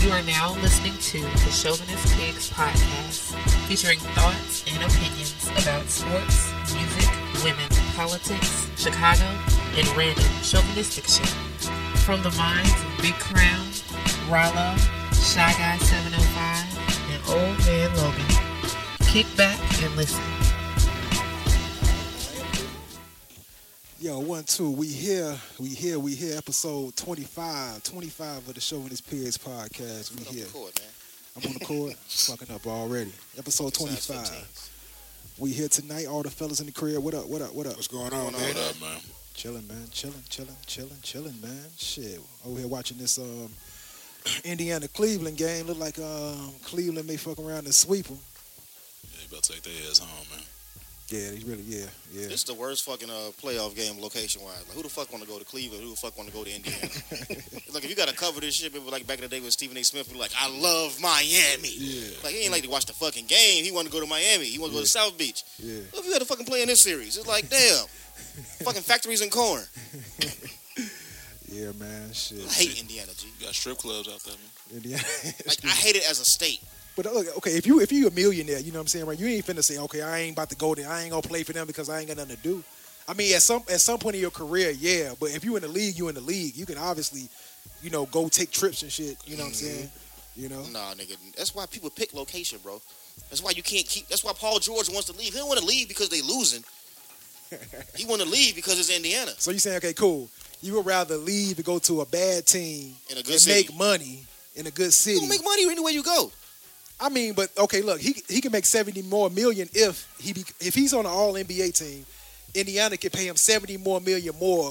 You are now listening to the Chauvinist Pigs podcast, featuring thoughts and opinions about sports, music, women, politics, Chicago, and random chauvinistic shit. From the minds of Big Crown, Rollo, Shy Guy 705, and Old Man Logan. Kick back and listen. Yo, one, two, we here, we here, we here, episode 25, 25 of the Show in This Periods podcast. We here. Cool, man. I'm on the court, fucking up already. Episode Besides 25. 15s. We here tonight, all the fellas in the crib. What up, what up, what up? What's going on, man? What up, man? Chilling, man, chilling, chilling, chilling, chilling, man. Shit, over here watching this um, Indiana Cleveland game. Look like um, Cleveland may fuck around and sweep them. Yeah, you better take their ass home, man. Yeah, they really, yeah, yeah. This is the worst fucking uh, playoff game location wise. Like, who the fuck want to go to Cleveland? Who the fuck want to go to Indiana? like, if you got to cover this shit, people like back in the day with Stephen A. Smith, be like, I love Miami. Yeah. Like, he ain't like to watch the fucking game. He want to go to Miami. He want to go to South Beach. Yeah. What if you had to fucking play in this series? It's like, damn. fucking factories and corn. Yeah, man, I shit. hate Indiana, G. You got strip clubs out there, man. Indiana. Like, I hate it as a state. But look, okay, if you if you a millionaire, you know what I'm saying, right? You ain't finna say, okay, I ain't about to go there. I ain't gonna play for them because I ain't got nothing to do. I mean, at some at some point in your career, yeah. But if you in the league, you in the league. You can obviously, you know, go take trips and shit. You know what I'm Mm-hmm. saying? You know, Nah, nigga. That's why people pick location, bro. That's why you can't keep. That's why Paul George wants to leave. He don't want to leave because they losing. he want to leave because it's Indiana so you saying, okay, cool. You would rather leave and go to a bad team in a good and city. make money in a good you city. gonna make money anywhere you go. I mean, but okay, look, he he can make seventy more million if he be, if he's on an All NBA team. Indiana can pay him seventy more million more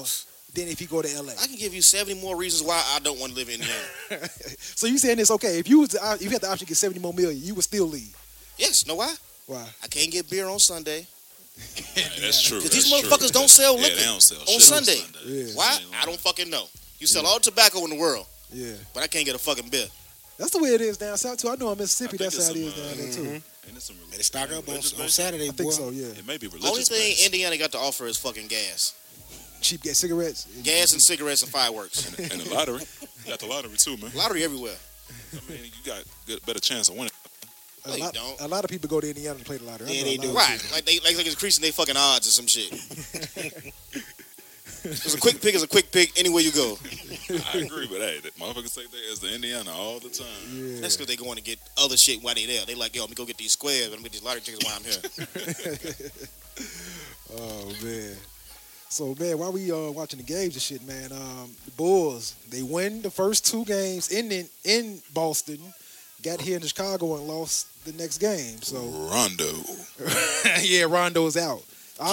than if he go to LA. I can give you seventy more reasons why I don't want to live in Indiana. So you saying it's okay if you was the, op- if you had the option to get seventy more million, you would still leave. yes, know why? Why? I can't get beer on Sunday Hey, that's true. because these that's true. motherfuckers don't sell Yeah, liquor. they don't sell on shit Sunday. On Sunday. Yeah. Why? I don't fucking know. You sell all the tobacco in the world, Yeah, but I can't get a fucking beer. that's the way it is down south too. I know in Mississippi, I think that's how it is it's down some, mm-hmm. there too. Ain't it some religious, Man, they stock up on, religious on based? Saturday, I think boy. so. Yeah, It may be religious. Only thing based. Indiana got to offer is fucking gas, cheap get cigarettes. gas and cigarettes and fireworks. and the lottery. You got the lottery too, man. Lottery everywhere. I mean, you got good, better chance of winning. A No, you lot, don't. a lot of people go to Indiana to play the lottery. I Yeah, know they a lot do. of Right, like they like, like it's increasing their fucking odds or some shit. Because a quick pick is a quick pick anywhere you go. I agree with that. that motherfuckers take their ass to Indiana all the time. people- Yeah. That's because they going to get other shit while they there. They like, yo, let me go get these squares, let me get these lottery tickets while I'm here. Oh man. So man, while we uh, watching the games and shit, man, um, the Bulls they win the first two games in in, in Boston, got here in Chicago and lost the next game. So Rondo. yeah, Rondo's out.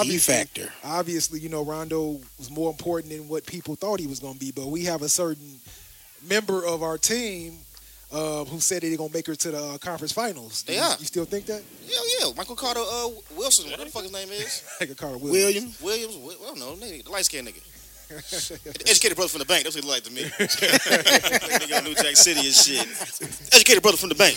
Key factor. obviously, you know, Rondo was more important than what people thought he was going to be. But we have a certain member of our team uh, who said that they're going to make her to the uh, conference finals. Do They you, are. You still think that? Hell yeah, Michael Carter uh, Wilson, whatever the fuck his name is. Like a Carter Williams. William, Williams, Wi- I don't know, nigga, the light skinned nigga. The Educated brother from the bank. That's what he looked like to me. nigga in New Jack City and shit. Educated brother from the bank.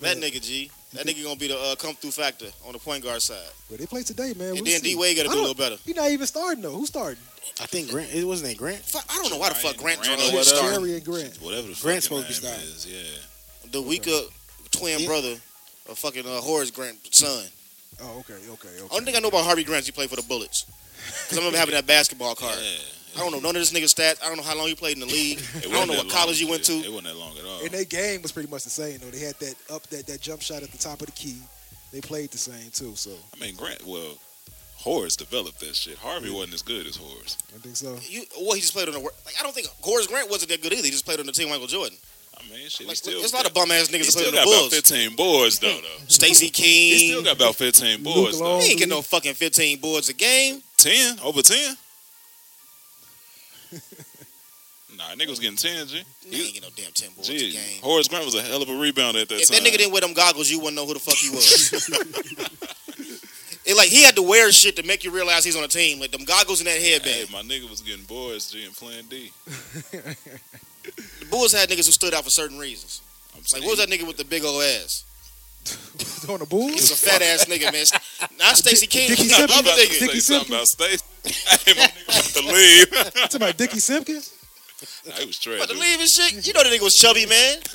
that nigga G. That nigga gonna be the uh, come through factor on the point guard side. But they play today, man. And We'll then see. D Wade gotta I do a don't- little better. You're not even starting though. Who's starting? I think Grant. It wasn't it Grant. Fuck, I don't know why the fuck Ryan Grant Grant Grant or was whatever. starting. Jerry and Grant. Whatever the Grant's fucking supposed to be name starting. is, yeah. The weaker twin Yeah. brother of fucking uh, Horace Grant's son. Oh, okay, okay, okay. Only thing I know about Harvey Grant is he played for the Bullets. Because I remember having that basketball card. I Yeah. don't know none of this nigga's stats. I don't know how long he played in the league. It I wasn't don't know that what college long. you went to. It wasn't that long at all. And their game was pretty much the same though. They had that up that that jump shot at the top of the key. They played the same too. So I mean, Grant, well, Horace developed that shit. Harvey wasn't as good as Horace. I think so. You, well, he just played on the. wor- Like, I don't think Horace Grant wasn't that good either. He just played on the team Michael Jordan. I mean, shit, he Like, still there's a lot of bum ass he niggas that still played on got the about Bulls. 15 boards, though, though. Stacy King. He still got about 15 Luke boards, though. Long. he ain't get no fucking 15 boards a game. 10? Over 10? nah, nigga was getting 10, G. He ain't get no damn 10 boards a Gee, game. Horace Grant was a hell of a rebounder at that If time. that nigga didn't wear them goggles, you wouldn't know who the fuck he was. it like he had to wear shit to make you realize he's on a team. Like them goggles and that Hey, headband. my nigga was getting boards, G, and playing D. The Bulls had niggas who stood out for certain reasons. I'm Like saying, what was that nigga with the big old ass? On the He was a Bulls. fat ass nigga, man. Not Stacy King. Dickie He was Simpson. another about to nigga. say Dickie something about Stacey. hey, my nigga about to leave. Talking about Dickie Simpkins. Nah, he was trash. About to dude. leave and shit. You know the nigga was chubby, man.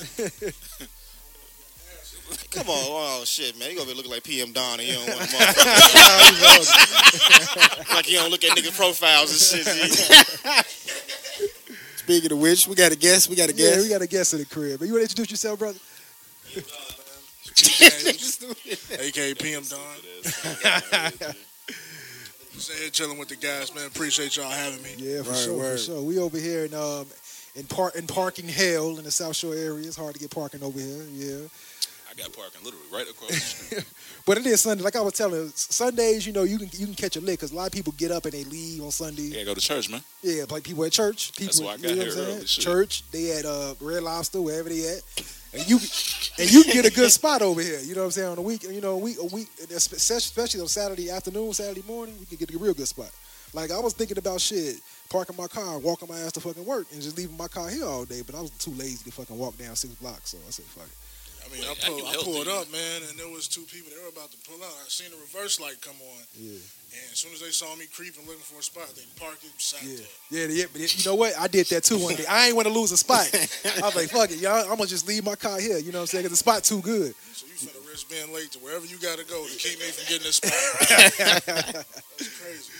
Come on, oh shit, man. You gonna be looking like PM Don and you don't want him Like you don't look at nigga profiles and shit. G. Speaking of which, we got a guest. We got a yeah, guest. we got a guest in the crib. But you want to introduce yourself, brother? AKA PM Don. Just here chilling with the guys, man. Appreciate y'all having me. Yeah, for Word, sure, word. for sure. We over here in um in park in parking hell in the South Shore area. It's hard to get parking over here. Yeah, I got parking literally right across the street. but it is Sunday. Like I was telling, S- Sundays you know you can you can catch a lick because a lot of people get up and they leave on Sunday. Yeah, go to church, man. Yeah, like people at church. People, That's why I got you know what here I'm saying? early, shit. Church. They at uh, Red Lobster, wherever they at. And you and you get a good spot over here. You know what I'm saying? On a week, you know, a week, a week, especially on Saturday afternoon, Saturday morning, you can get a real good spot. Like I was thinking about shit, parking my car, walking my ass to fucking work, and just leaving my car here all day. But I was too lazy to fucking walk down six blocks, so I said fuck it. I mean, Man, I, I pulled, do I, healthy, pulled man. up, man, and there was two people. They were about to pull out. I seen the reverse light come on, Yeah. and as soon as they saw me creeping, looking for a spot, they parked it, sat Yeah, there. yeah, yeah, but you know what? I did that too one day. I ain't want to lose a spot. I was like, fuck it, y'all. I'm gonna just leave my car here. You know what I'm saying? 'Cause the spot too good. So you finna risk being late to wherever you gotta go to keep me from getting this spot. That's crazy.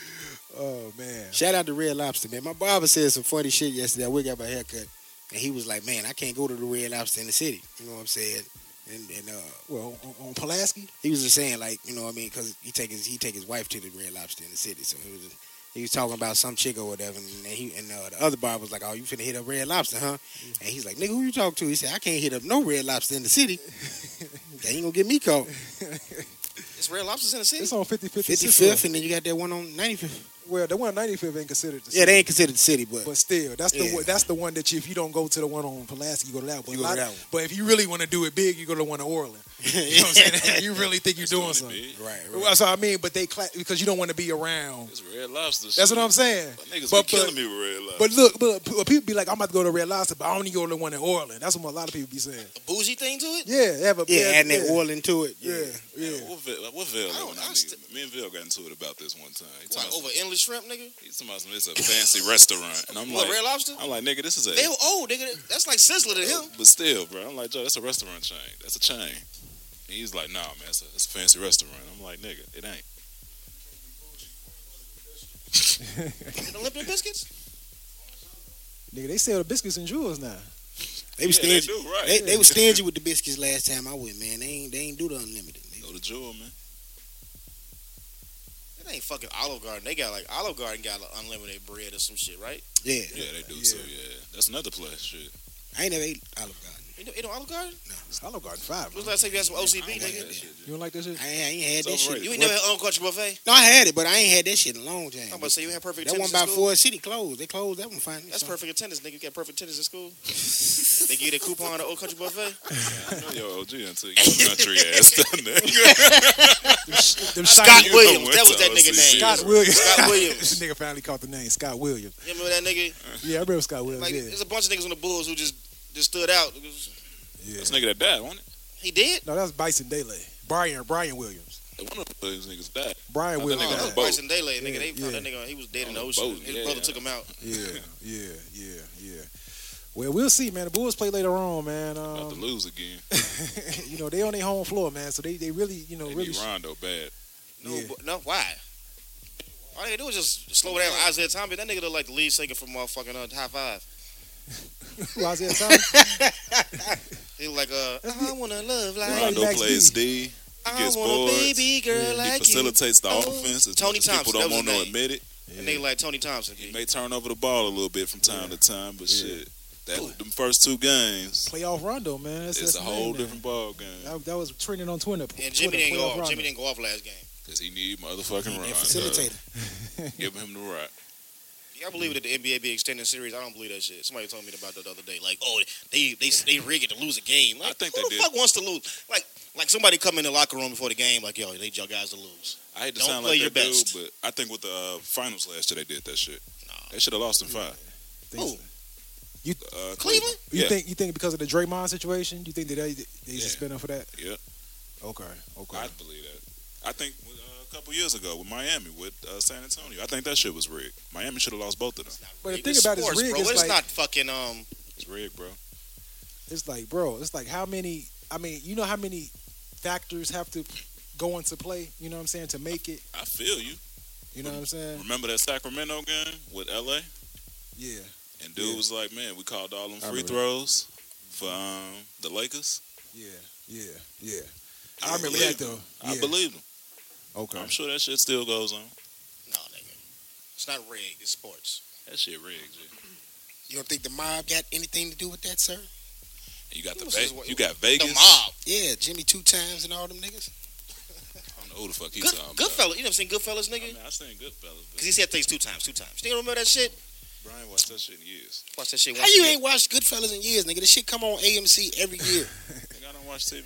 Oh man. Shout out to Red Lobster, man. My barber said some funny shit yesterday. I went and got my haircut, and he was like, "Man, I can't go to the Red Lobster in the city." You know what I'm saying? And, and uh, Well, on, on Pulaski, he was just saying, like, you know, what I mean, because he take his he take his wife to the Red Lobster in the city. So he was he was talking about some chick or whatever, and then he and uh, the other barber was like, "Oh, you finna hit up Red Lobster, huh?" And he's like, "Nigga, who you talk to?" He said, "I can't hit up no Red Lobster in the city. they ain't gonna get me caught." It's Red Lobsters in the city. it's on 50 Fifty fifth, and then you got that one on ninety fifth. Well, the one on 95th ain't considered the Yeah, city, they ain't considered the city, but but still, that's the Yeah. one, that's the one that you, if you don't go to the one on Pulaski, you go to that one. You go to Lot- that one. But if you really want to do it big, you go to the one in Orland. You know what I'm saying? you really think you're doing something. Big. right, right. Well, That's what I mean. But they cla- because you don't want to be around. It's red lobster. That's what I'm saying. saying. Niggas But- but- but, killing me with red lobster. But look, but p- people be like, I'm about to go to Red Lobster, but I only go to the one in Orland. That's what a lot of people be saying. A bougie thing to it. Yeah, they have a Yeah, adding yeah, that oil into it. Yeah, yeah. Man, What Vel, what Vel I don't- living I out st- here? Me and Vel got into it about this one time. He It's like talking over about, endless shrimp, nigga. he talking about some, it's a fancy restaurant. And I'm What like, Red Lobster? I'm like, nigga, this is a. They old, nigga. That's like sizzler to him. But still, bro, I'm like, Joe, that's a restaurant chain. That's a chain. And he's like, nah, man, it's a, it's a fancy restaurant. I'm like, nigga, it ain't. The Olympic biscuits. Nigga, they sell the biscuits and jewels now. They was Yeah, they stingy. do, right. They, they was stingy with the biscuits last time I went, man. They ain't they ain't do the unlimited. They- Go to Jewel, man. It ain't fucking Olive Garden. They got like Olive Garden got like, unlimited bread or some shit, right? Yeah, Yeah, they do too. Yeah, that's another place. Shit. I ain't never ate Olive Garden. You know, you know Olive Garden. Olive Garden Five. When's the last time you had some OCB, I don't like nigga? that shit, dude. You don't like that shit? I ain't, I ain't had It's that shit. overrated. You ain't never had uncultured buffet. No, I had it, but I ain't had that shit in a long time. I'm about to say you had perfect that one attendance. by in school. Four City closed. They closed that one finally. That's so. perfect attendance, nigga. You got perfect attendance in school. they give you the coupon to Old Country Buffet. I know your OG until you get country ass. nigga. Them Scott shiny- Williams. went That was to that nigga OCC. name. Scott Williams. Scott Williams. this nigga finally caught the name Scott Williams. You remember that nigga? Yeah, I remember Scott Williams. Like, yeah. there's a bunch of niggas on the Bulls who just just stood out. It was- This nigga that died, wasn't He did. No, that's Bison Daley. Brian Brian Williams. it? One of those niggas died. Brian Oh, that Williams. nigga Oh, on that the was boat. Bryson Daley, nigga. Yeah, they found yeah. that nigga. He was dead in On the the ocean. boat, His yeah. brother took him out. Yeah, yeah, yeah, yeah. Well, we'll see, man. The Bulls play later on, man. About to Um, lose again. you know they on their home floor, man. So they, they really, you oh, know, They really. need Rondo bad. No, Yeah. but, no. Why? All they do is just slow down Isaiah Thomas. That nigga look like the lead singer from motherfucking uh, High Five. Who, Isaiah Thomas? He look like uh, I wanna love Right. like Rondo Max plays D. I gets want boards. a baby girl He like you. facilitates the Oh, offense. As Tony much as Thompson, People don't that was want his to name. admit it. And they like Tony Thompson. He may turn over the ball a little bit from time to time, but shit, that them first two games, Playoff Rondo, man. That's, it's that's a the whole name, different ball game. man. That, that was trending on Twitter. And Jimmy Twitter, didn't go playoff off. Rondo. Jimmy didn't go off last game. Cause he need motherfucking And Rondo. facilitator. Give him the rock. Y'all believe that the NBA be extending series? I don't believe that shit. Somebody told me about that the other day. Like, oh, they they they rig it to lose a game. Like, I think who they the did. fuck wants to lose? Like, like somebody come in the locker room before the game. Like, yo, they need y'all guys to lose. I hate to Don't sound play like your that dude, best. but I think with the uh, finals last year they did that shit. Nah. They should have lost in five. Think so. Who? Uh, Cleveland? You Yeah. think you think because of the Draymond situation, you think that they they Yeah. suspend him for that? Yeah. Okay. Okay. I believe that. I think uh, a couple years ago with Miami, with uh, San Antonio, I think that shit was rigged. Miami should have lost both of them. But the Nigga, thing about it is sports, rigged bro. is It's like- not fucking um. It's rigged, bro. It's like, bro, it's like how many? I mean, you know how many factors have to go into play? You know what I'm saying to make it. I feel you. You know what I'm saying? Remember that Sacramento game with LA? Yeah. And dude Yeah. was like, man, we called all them I free remember. throws for um, the Lakers. Yeah, yeah, yeah. I I, remember that believe though. I Yeah. believe him. Okay. I'm sure that shit still goes on. No, nigga. It's not rigged. It's sports. That shit rigged. G. You don't think the mob got anything to do with that, sir? And You got the Who was his- Ve- you got Vegas. The mob. Yeah, Jimmy two times and all them niggas. I don't know who the fuck he's Good, talking good about. You never seen Goodfellas, I nigga? mean, I seen good fella, Because he said things two times, two times. You don't remember that shit? Brian watched that shit in years. Watch that shit How once. you again. ain't watched Goodfellas in years, nigga? This shit come on AMC every year. Nigga, I don't watch TV.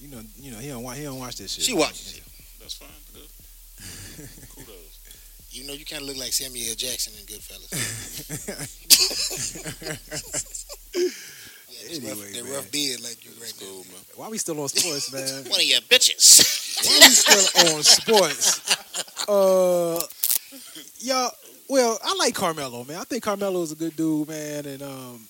You know, you know, he don't watch. He don't watch this shit. She watches it. That's fine. Good. Kudos. you know, you kind of look like Samuel L. Jackson in Goodfellas. Yeah, Anyway, that man. rough beard like you right now. Cool, man. Why we still on sports, man? One of your bitches. Why we still on sports? Uh, y'all. Well, I like Carmelo, man. I think Carmelo is a good dude, man. And um,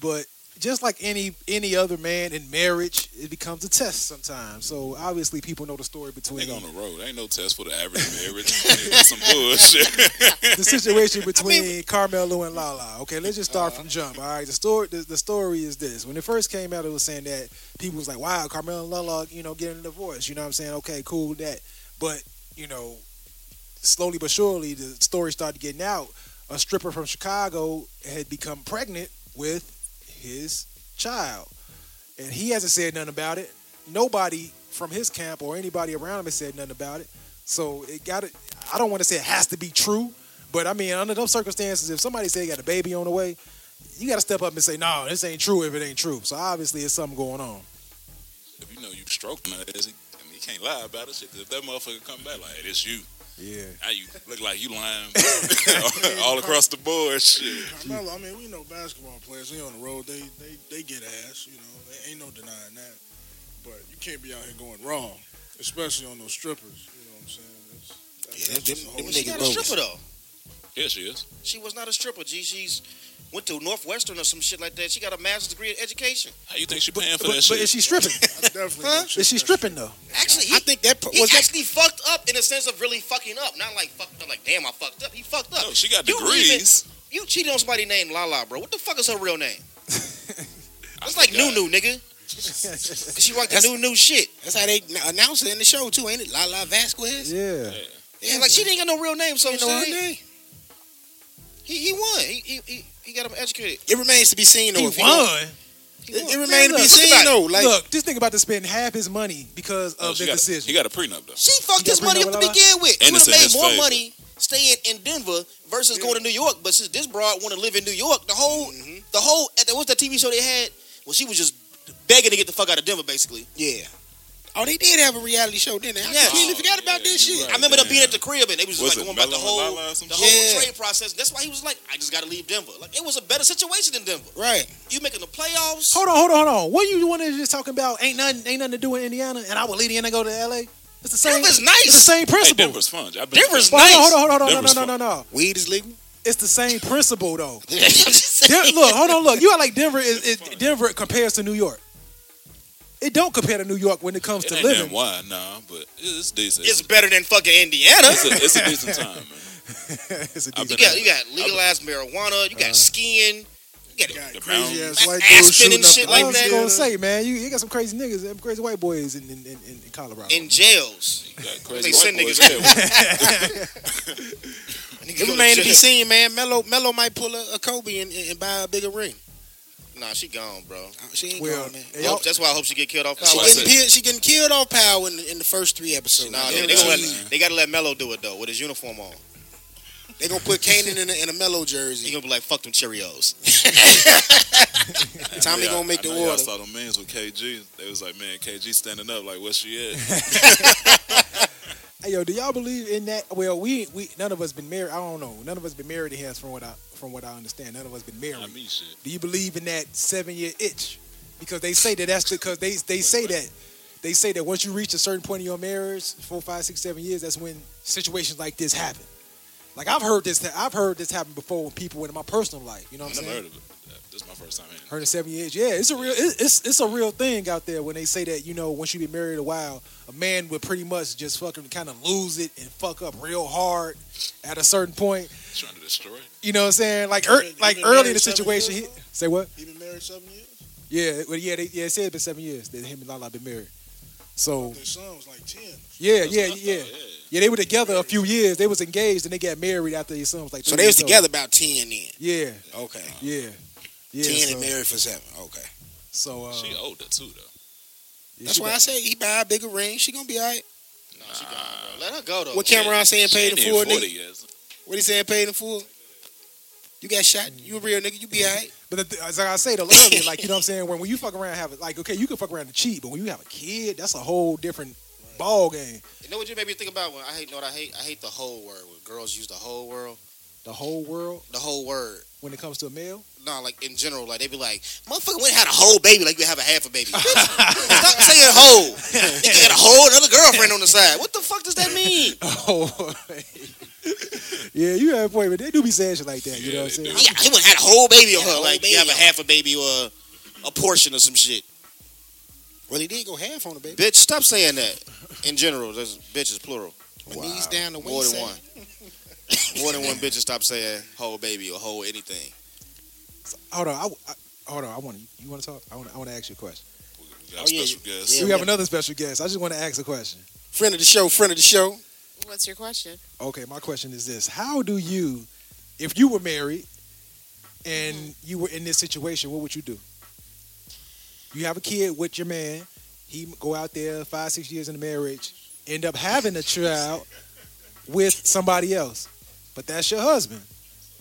but just like any any other man in marriage, it becomes a test sometimes. So obviously, people know the story between Nigga on the road. Ain't no test for the average marriage. Nigga, some bullshit. the situation between Carmelo and Lala. Okay, let's just start from jump. All right, the story the, the story is this: when it first came out, it was saying that people was like, "Wow, Carmelo and Lala, you know, getting a divorce." You know what I'm saying? Okay, cool that, but you know, slowly but surely, the story started getting out. A stripper from Chicago had become pregnant with his child, and he hasn't said nothing about it. Nobody from his camp or anybody around him has said nothing about it. So it got to I don't want to say it has to be true, but I mean, under those circumstances, if somebody say they got a baby on the way, you got to step up and say, "No, this ain't true. If it ain't true, so obviously it's something going on." if you know you stroked my ass, he, I mean, you can't lie about it. Shit, 'cause if that motherfucker come back like, hey, it's you. Yeah, Now you look like you lying all across the board. Shit. Carmelo, I mean, we know basketball players. They on the road. They they they get ass. You know, there ain't no denying that. But you can't be out here going wrong, especially on those strippers. You know what I'm saying? That's, that- Yeah, that's them- just a them whole niggas She's shit. not a bogus. stripper though. Here she is. She was not a stripper. G. She's went to Northwestern or some shit like that. She got a master's degree in education. How you think she paying for but, that but shit? is she stripping? I definitely. Huh? know shit is she that's- stripping though? Actually, he, I think that he was that. actually fucked up in the sense of really fucking up. Not like fucked up, like damn, I fucked up. He fucked up. no, she got You degrees. You cheated on somebody named Lala, bro. What the fuck is her real name? It's like new new nigga. 'Cause she rocked the That's- new new shit. That's how they announce it in the show too, ain't it? Lala Vasquez. yeah, Yeah, like she didn't got no real name. So You know her she- name? he he won. He he he, he got him educated. It remains to be seen though. if you don't- He It, won. it remains to be look, seen look, though. Like Look, this nigga about to spend half his money because No, of Oh, she the got, decision. He got a prenup though. She fucked You his got money up Brina to Lala? begin with. She And would it's have in made his more favor. money staying in Denver versus going to New York. But since this broad want to live in New York, the whole, the whole, at the- what's that TV show they had? Well, she was just begging to get the fuck out of Denver, basically. yeah. Oh, they did have a reality show, didn't they? I Yeah. completely forgot Oh, about yeah, that you shit. right. I remember them damn. being at the crib and they was, Was just like it going about the Mellow and whole, Lala or some the shit? Yeah. whole trade process. That's why he was like, I just got to leave Denver. Like it was a better situation in Denver. Right. You making the playoffs? hold on, hold on, hold on. What you want to just talking about? Ain't nothing, ain't nothing to do in Indiana, and I would leave Indiana and go to L.A. It's the same. Denver's It's the nice. same Hey, principle. Denver's fun. I've been Denver's But nice. hold on, hold on, hold on, Denver's no, no, no, no, no. Weed is legal. It's the same principle though. I'm just saying. Den- look, hold on, look. You are like Denver is, is Denver compares to New York. It don't compare to New York when it comes It to ain't living. damn wide, nah, but it's decent. It's better than fucking Indiana. it's, a, it's a decent time, man. It's a I've decent- been You got you got legalized marijuana. You got Uh-huh. skiing. You got Got The crazy mountains. ass white Aspen dudes shooting and up shit the like I was house. that. gonna say, man, you, you got some crazy niggas, some crazy white boys in in, in, in Colorado. in jails. You got crazy They white send boys niggas everywhere. It remains to be seen, man. Mello, Mello might pull a, a Kobe and, and buy a bigger ring. Nah, she gone, bro. Uh, She ain't well, gone, man. and y'all- Hope- that's why I hope she get killed off She power. why I said- getting, killed, she getting killed off power in, the- in the first three episodes. Nah, They're nigga, they, gonna gonna, let, they gotta let Mello do it though, with his uniform on. they gonna put Kanan in a, in a Mello He jersey. gonna be like, "Fuck them Cheerios." Tommy Yeah, gonna make I the know y'all order. saw them memes with KG. They was like, man, KG standing up. Like, where she at? Hey, yo, do y'all believe in that? Well, we we none of us been married. I don't know. None of us been married in here, from what I from what I understand. None of us been married. I mean, shit. Do you believe in that seven year itch? Because they say that that's because they they say that they say that once you reach a certain point in your marriage, four, five, six, seven years, that's when situations like this happen. Like I've heard this, I've heard this happen before with people in my personal life. You know I what I'm never saying? heard of it. Uh, This is my first time hearing Heard it seven years. Yeah, it's a real, it- it's it's a real thing out there when they say that. You know, once you be married a while, a man would pretty much just fucking kind of lose it and fuck up real hard at a certain point. it. Trying to destroy it. You know what I'm saying? Like You er, been- you like been early in married the seven situation. He, years, though? say what? He been married seven years. Yeah, well, yeah, they, yeah. It said it's been seven years that him and Lala been married. So Their son was like ten. yeah, That's yeah, what I thought, yeah, yeah. They were together a few years. They was engaged and they got married after his son was like. So three they was years old. together about ten then. Yeah, Okay. yeah, yeah. ten so, and married for seven. Okay. so uh, She older too though. yeah, That's she why I got- say he buy a bigger ring. She gonna be all right. Nah, she gone, bro. Let her go though. What Cameron saying She paid ain't in even full, forty nigga? years. What he saying paid in full? You got shot. You a real nigga. You be all right. But the, th- as I said earlier, like you know what I'm saying, when, when you fuck around and have it, like okay, you can fuck around and cheat, but when you have a kid, that's a whole different ball game. You know what you made me think about when I hate. You know what I hate? I hate the whole word. When girls use the whole world, The whole world the whole word. when it comes to a male. Nah, like in general, like they be like, motherfucker went had a whole baby, like you have a half a baby. Bitch, Stop saying whole. You got a whole other girlfriend on the side. What the fuck does that mean? Oh, yeah, you have a point, but they do be saying shit like that. You know what I'm Yeah, saying? they Yeah, he went had a whole baby on Had a her, whole like you have a baby. half a baby or a portion of some shit. Well, he did go half on the baby. Bitch, stop saying that. In general, there's bitch is plural. My knees down the More than wingside. one. More than one bitch stop saying whole baby or whole anything. Hold on, I, I, hold on. I want to. you want to talk. I want. I want to ask you a question. We we got Oh, a yeah, special guest. yeah. we have we- another special guest. I just want to ask a question. Friend of the show. Friend of the show. What's your question? Okay, my question is this: How do you, if you were married and Mm-hmm. you were in this situation, what would you do? You have a kid with your man. He go out there five, six years in the marriage, end up having a child with somebody else, but that's your husband.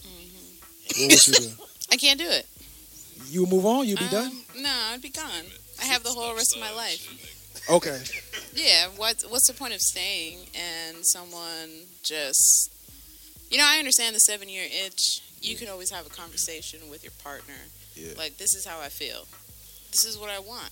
Mm-hmm. What would you do? I can't do it. You move on. You be Um, done. No, I'd be gone. I have the whole rest of my life. Okay. Yeah, what what's the point of staying and someone just You know, I understand the 7-year itch. You can always have a conversation with your partner. Yeah. Like this is how I feel. This is what I want.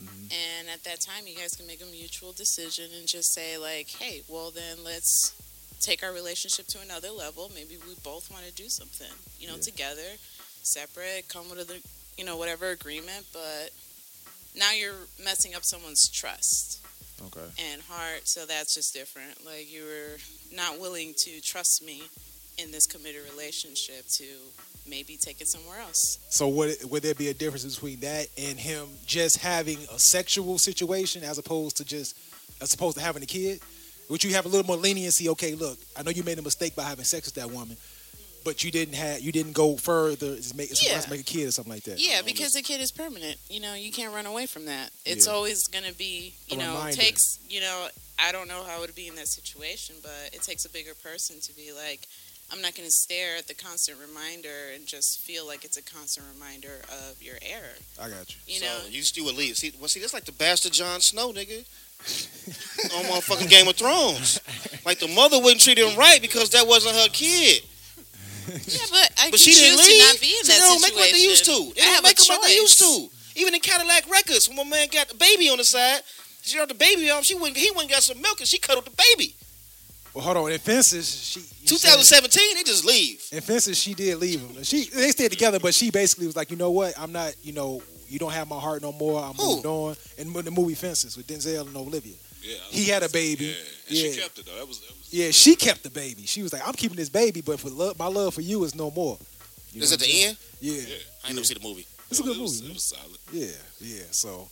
And at that time, you guys can make a mutual decision and just say like, "Hey, well then let's take our relationship to another level. Maybe we both want to do something, you know, together, separate, come with other, you know, whatever agreement, but now you're messing up someone's trust Okay. and heart, so that's just different. Like you were not willing to trust me in this committed relationship to maybe take it somewhere else. So would would there be a difference between that and him just having a sexual situation as opposed to just as opposed to having a kid? Would you have a little more leniency? Okay, look, I know you made a mistake by having sex with that woman, but you didn't have you didn't go further to make, Yeah. to make a kid or something like that. Yeah, because the kid is permanent. You know, you can't run away from that. It's Yeah. always going to be, you A know, reminder. takes, you know, I don't know how it would be in that situation, but it takes a bigger person to be like, I'm not going to stare at the constant reminder and just feel like it's a constant reminder of your error. I got you. You so know, you still would leave. See, well, see, that's like the bastard Jon Snow, nigga. on motherfucking Game of Thrones. Like the mother wouldn't treat him right because that wasn't her kid. yeah, but I But can she didn't choose leave. to not be in See, that they don't situation. make what they used to. They I don't have make a them what they used choice. to. Even in Cadillac Records, when my man got the baby on the side, she dropped the baby off. She went, he went and got some milk and she cuddled the baby. Well, hold on. In fences, she you said- 2017, they just leave. In fences, she did leave him. She they stayed together, but she basically was like, you know what? I'm not. You know, you don't have my heart no more. I'm Who? moved on. And the movie Fences with Denzel and Olivia. Yeah, I He had a baby. Yeah, and she Yeah. kept it though. That was, that was Yeah, she kept the baby. She was like, "I'm keeping this baby, but for love, my love for you is no more." You Is know at what I'm the saying? end? Yeah, Yeah. I ain't never seen the movie. it's a it good was, movie. It man. was solid. Yeah, yeah. So,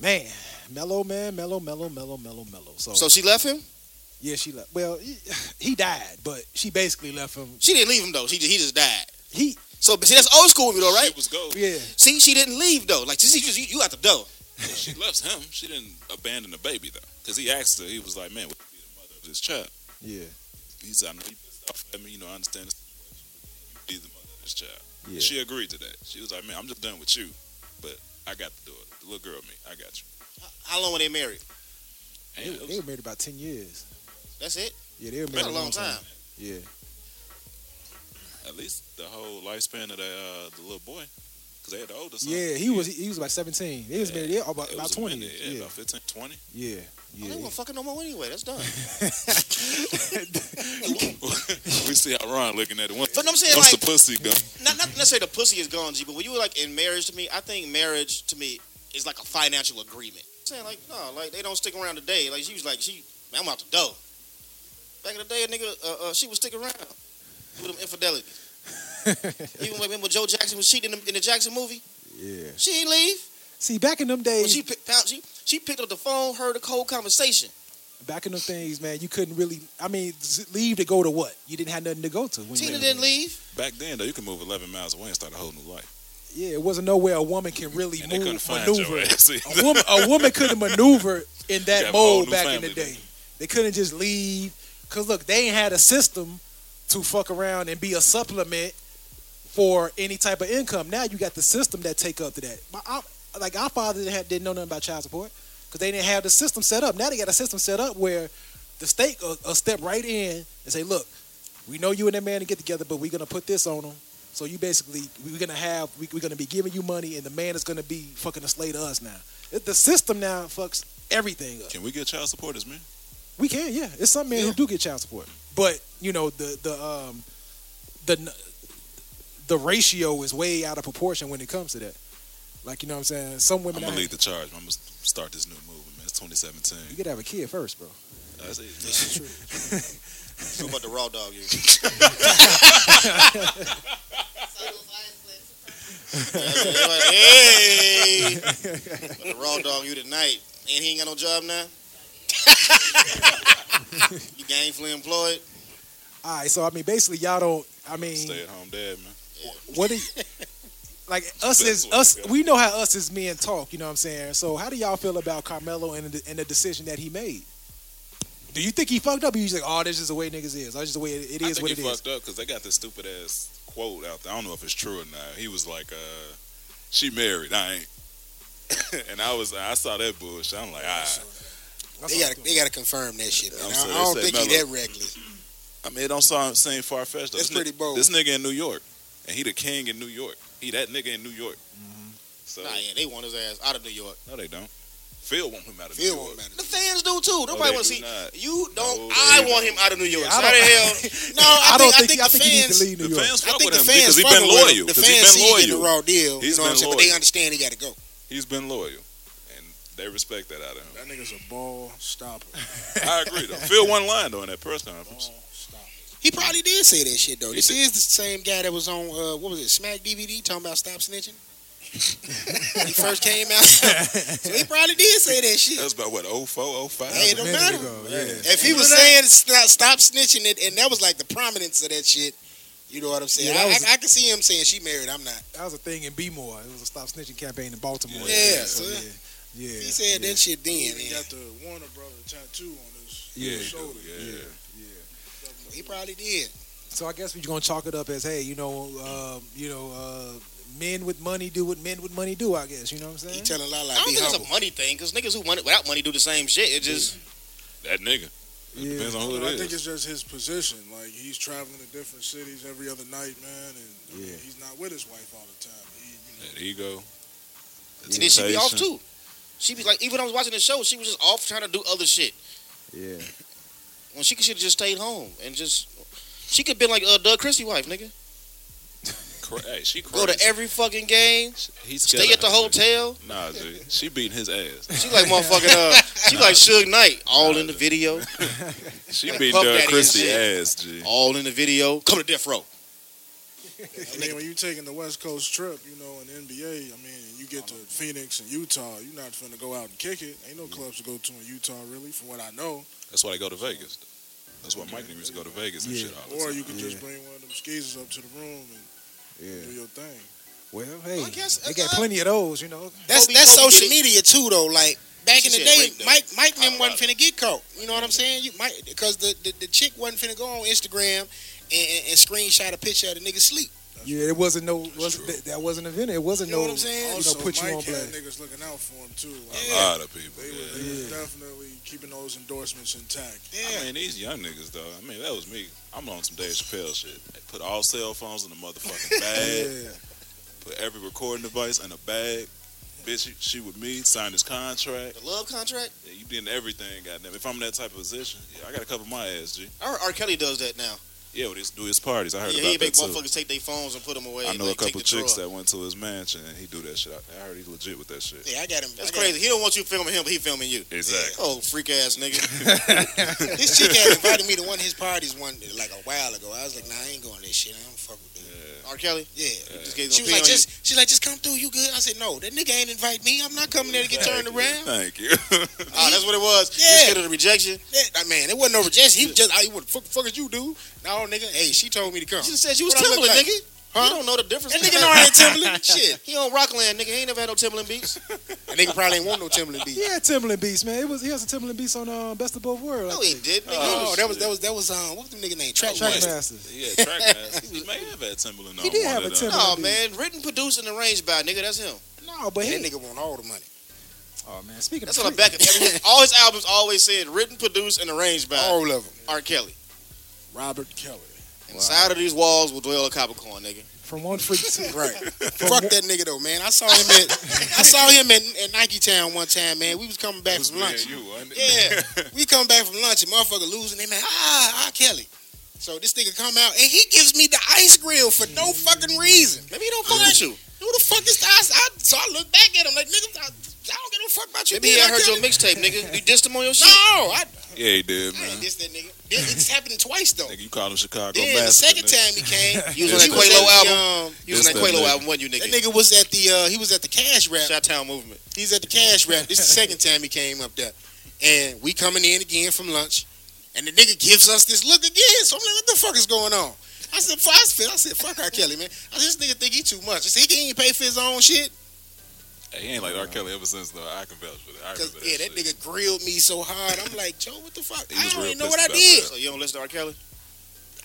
man, mellow man, mellow, mellow, mellow, mellow, mellow. So, So she left him? yeah, she left. Well, he, he died, but she basically left him. She didn't leave him, though. She just, he just died. He, So, but see, that's old school with me, though, right? She was gold. yeah, See, she didn't leave, though. Like, she, she, you, you out the door. Well, she left him. She didn't abandon the baby though, because he asked her. He was like, "Man, would you be the mother of this child?" yeah, He said, "I know you pissed off at me. You know, I understand this. situation. You be the mother of this child." yeah. She agreed to that. She was like, "Man, I'm just done with you, but I got to do it. The little girl, me, I got you." How long were they married? they, And it they was, were married about ten years. That's it. Yeah, they were married Been a long time. Oh, Yeah, at least the whole lifespan of the uh, the little boy. because they had the older son. Yeah, he was he was about seventeen. It was Yeah. been yeah, about, It about was a twenty. minute, yeah, yeah. about 15, 20. yeah, Oh, yeah, they won't fucking no more anyway. That's done. we see how Ron looking at it. Once, But I'm saying, once like- the pussy go, not, not necessarily the pussy is gone, G, but when you were like in marriage to me, I think marriage to me is like a financial agreement. I'm saying like, no, like they don't stick around today. Like she was like, she, man, I'm out the door. Back in the day, a nigga, uh, uh, she was sticking around with them infidelities. Even when when Joe Jackson was cheating in the, in the Jackson movie, yeah. she ain't leave. See, back in them When days, she, picked, found- she she picked up the phone, heard the cold conversation. back in them things, man, you couldn't really. I mean, z- leave to go to what? You didn't have nothing to go to. When you Tina lived didn't in- leave. back then though, you can move 11 miles away and start a whole new life. Yeah, it wasn't nowhere a woman can really And they couldn't move, find maneuver. your ass. A woman, a woman couldn't maneuver in You have that a whole mode new back in the family, day. They couldn't just leave because look, they ain't had a system to fuck around and be a supplement for any type of income. Now you got the system that take up to that. My, I, like our father didn't, have, didn't know nothing about child support because they didn't have the system set up. Now they got a system set up where the state will, will step right in and say, look, we know you and that man to get together, but we're gonna put this on them. So you basically, we're gonna have, we, we're gonna be giving you money, and the man is gonna be fucking a slave to us now. It- The system now fucks everything up. Can we get child supporters, man? We can, yeah. It's some men who do get child support, but you know the the um the n- the ratio is way out of proportion when it comes to that. Like you know what I'm saying? Some I'm women, gonna out- lead the charge. I'm gonna start this new movement, man. It's 2017. you could have a kid first, bro. That's it. man. What about the raw dog? You? hey, But the raw dog you tonight, and he ain't got no job now. you gainfully employed. All right, so I mean, basically, y'all don't. I mean, Stay at home dad, man. what do you, like us That's is what us we got. we know how us as men talk you know what i'm saying so how do y'all feel about carmelo and the, and the decision that he made do you think he fucked up or you just like oh this is the way niggas is that's just the way it, it I is think what he it is fucked up because they got this stupid ass quote out there. I don't know if it's true or not. He was like, uh, "She married, I ain't." and I was, I saw that bullshit. I'm like, ah. They gotta, they gotta confirm that shit. Man. I'm I, sorry, I don't they think said he that reckless. I mean, it don't sound seem far fetched. That's pretty bold. This nigga in New York, and he the king in New York. He that nigga in New York. So Nah, Ah, yeah, they want his ass out of New York. no, they don't. Phil want him out of Feel New what York. matters. The fans do too. Oh, they Nobody want do to see. not. You don't. No, I they want don't. him out of New York. Yeah, I How the don't- hell? No, I, i don't think, think, i the think he fans. needs to The leave new york fans I fuck think with the him fans because he fucking been with him. loyal. The 'Cause fans see he he been getting the loyal. raw deal. He's you know what been I'm saying? But they loyal. understand he gotta go. He's been loyal, and they respect that out of him. That nigga's a ball stopper. I agree though. Phil one line though in that press conference. Ball stopper. He probably did say that shit though. He This did. is the same guy that was on uh, what was it, Smack DVD, talking about stop snitching. when he first came out, so he probably did say that shit. That's about what 04, 05? Hey, it don't minute matter. ago, yeah. If he was saying stop, stop snitching it, and that was like the prominence of that shit. You know what I'm saying? Yeah, that was- I, I, I can see him saying she married. I'm not. that was a thing in bmore it was a stop snitching campaign in baltimore Yeah, so, so- yeah yeah He said yeah. that shit then. He yeah. got the Warner Brother tattoo on his Yeah, he shoulder. do, yeah. He probably did. So I guess we're gonna chalk it up as, hey, you know, uh, you know, uh, men with money do what men with money do. I guess you know what I'm He saying. telling a lot I like don't be think humble. it's a money thing because niggas who money without money do the same shit. It just That nigga. It Yeah. depends on who Well, I it think is. it's just his position. Like he's traveling to different cities every other night, man, and I mean, Yeah. he's not with his wife all the time. He, you know, That ego. and then she be off Temptation. too. She be like, even I was watching the show, she was just off trying to do other shit. Yeah. When she should have just stayed home and just, she could been like uh, Doug Christie wife, nigga. Cra- Hey, she Go crazy. to every fucking game. He's Stay at the hotel. Nah, dude. She beating his ass. She like motherfucking. Uh, she like Suge Knight. All in the video. She Like beating Puff Daddy Doug and Christie's shit. ass, G. All in the video. Come to death row. I mean, when you taking the West Coast trip, you know, in the NBA, I mean, and you get to Phoenix and Utah, you're not finna go out and kick it. Ain't no clubs to go to in Utah, really, from what I know. That's why they go to Vegas. That's why Mike used to go to Vegas and Yeah. shit all the Or time. you could Yeah. just bring one of them skeezers up to the room and Yeah. do your thing. Well, hey, I guess- they got uh, plenty of those, you know. That's Kobe- that's Kobe social did it. media too, though. Like back She in the said day, rape, though. Mike Mike them Colorado. wasn't finna get caught. You know what I'm saying? You might because the, the the chick wasn't finna go on Instagram and, and, and screenshot a picture of the nigga sleep. Yeah, it wasn't no, was, that, that wasn't a vendor. It wasn't You know no, what I'm saying? you know, Also, put you Mike on had blast. niggas looking out for him too. Like, A lot of people. They, were, Yeah. they was definitely keeping those endorsements intact. Yeah. I mean, these young niggas, though. I mean, that was me. I'm on some Dave Chappelle shit. They put all cell phones in the motherfucking bag. Yeah, put every recording device in a bag. Bitch, she, she with me, signed this contract. The love contract? Yeah, you did everything, goddamn. If I'm in that type of position, yeah, I gotta cover my ass, G. I heard R. Kelly does that now. Yeah, with his do his parties. I heard yeah, he about make that too. motherfuckers take their phones and put them away. I know like, a couple take the chicks drawer. that went to his mansion and he do that shit. I, I heard he legit with that shit. Yeah, I got him. That's I got crazy. He don't want you filming him, but he filming you. Exactly. Oh, freak ass nigga. This chick had invited me to one of his parties one like a while ago. I was like, Nah, I ain't going to this shit. I don't fuck with dude. R. Kelly. Yeah. This kid's She gonna pee was like, on you. just she like, just come through. You good? I said, no, that nigga ain't invite me. I'm not coming there to get turned around. Thank you. Ah, that's what it was. You Yeah. scared of the rejection. That, I man, it wasn't no rejection. He just, I, what the fuck, fuck is you, dude? No, nigga. Hey, she told me to come. You just said you was What I look Timberland, like? nigga. You Huh? don't know the difference. That nigga know I ain't Timberland. Shit, He on Rockland, nigga. He ain't never had no Timberland beats. that nigga probably ain't want no Timberland beat. He had Timberland beats, man. It was he had some Timberland beats on uh, Best of Both Worlds. No, like, he did. Nigga. Oh, that was that was that was um, what was the nigga name? Track Track Master. Trackmasters. yeah, Trackmaster. He may have had Timberland on He did one have of a them. Timberland No, beat. man. Written, produced, and arranged by nigga. That's him. No, but That he. nigga want all the money. Oh man, speaking That's of on the freak- back of every. All his albums always said written, produced, and arranged by All of them. R. Kelly. Robert Kelly. Inside of these walls will dwell a coppercorn, nigga. from one freak to Right. Fuck that nigga though, man. I saw him at I saw him at, at Nike Town one time, man. We was coming back It was from me and lunch. you, wasn't Yeah, it? we come back from lunch and motherfucker losing their man. Ah, ah, Kelly. So this nigga come out and he gives me the ice grill for no fucking reason. Maybe he don't fuck with you. Who the fuck is the ice? I, so I look back at him like, nigga, I, I don't give a fuck about you. Maybe he being heard R. your Kelly. mixtape, nigga. You dissed him on your No, shit. I, yeah, he did, I man. ain't diss that nigga. This, it's happened twice though. Nigga, you called him Chicago Then the Master, second nigga. time he came, You was on that It's that Quelo nigga. album. You was on It's that that Quelo nigga. album, wasn't you, That nigga? nigga was at the uh, he was at the cash wrap. Shot Town Movement. He's at the cash wrap. This is the second time he came up there. And we coming in again from lunch. And the nigga gives us this look again. So I'm like, what the fuck is going on? I said, fuck, I said, I said, fuck R. Kelly, man. I said, this nigga think he too much. I said, he can't even pay for his own shit. Hey, he ain't like R. Kelly ever since, though. I can vouch for that. I Cause remember that yeah, that shit. nigga grilled me so hard. I'm like, Joe, what the fuck? He I was don't real even know pissed what I about did. So you don't listen to R. Kelly?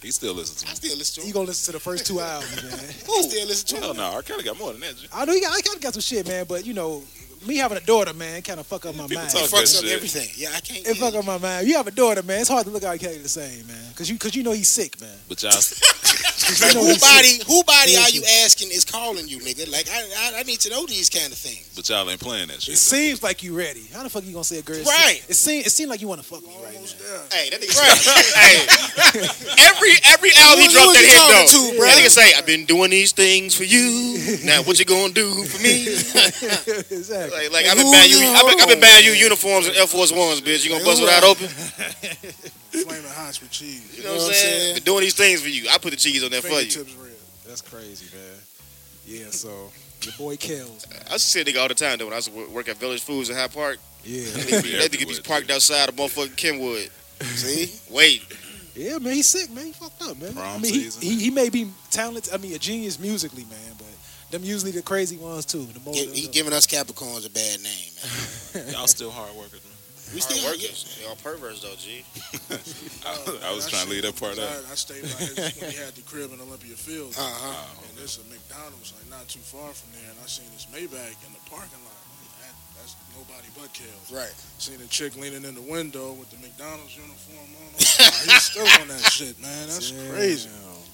He still listens to I me. still listen to You him. gonna listen to the first two albums, man. I still listen to Hell him. no, R. Kelly got more than that, G. I know he got, I got, got some shit, man, but you know, me having a daughter, man, kind of fuck up my People mind. talk It that fucks up shit. everything. Yeah, I can't. It fuck up my mind. You have a daughter, man. It's hard to look at R. Kelly the same, man, because you, cause you know he's sick, man. But y'all, You Like, know who he's sick. body? Who body Yeah, are she- you asking is calling you, nigga? Like, I, I, I need to know these kind of things. but y'all ain't playing that shit. It seems like you ready. How the fuck you gonna say a girl? is sick? Right. It seems it seemed like you want to fuck me right now. Hey, that nigga. hey, every every album he Who- dropped who that you hit talking though. to, that bruh? nigga say, "I've been doing these things for you. Now what you gonna do for me?" exactly. like, like I've Who been buying you, you I've been, I've been on? buying you uniforms and Air Force Ones, bitch. You gonna bust it out open? Flaming Hots with cheese. You know what I'm saying? Been doing these things for you. I put the cheese on there for you. Fingertips red. That's crazy, man. Yeah. So your boy kills. Man. I used to see a nigga all the time though. When I used to wo- work at Village Foods in High Park, Yeah. that nigga be everywhere, parked outside of motherfucking Kenwood. See? Wait, Yeah, man, he's sick, man. He fucked up, man. Wrong I mean, he, season. he, he may be talented. I mean, a genius musically, man. But them usually the crazy ones too. The more Give, he giving us Capricorns a bad name, man. Y'all still hard workers, man. We hard still workers. Y'all perverts though, G. I, I was trying to leave that part out. Ah. I, I stayed by his when he had the crib in Olympia Field. Uh huh. And there's a McDonald's like not too far from there, and I seen this Maybach in the parking lot. That, that's nobody but Kale. Right. Seen a chick leaning in the window with the McDonald's uniform on. I'm like, He's still on that shit, man. That's crazy.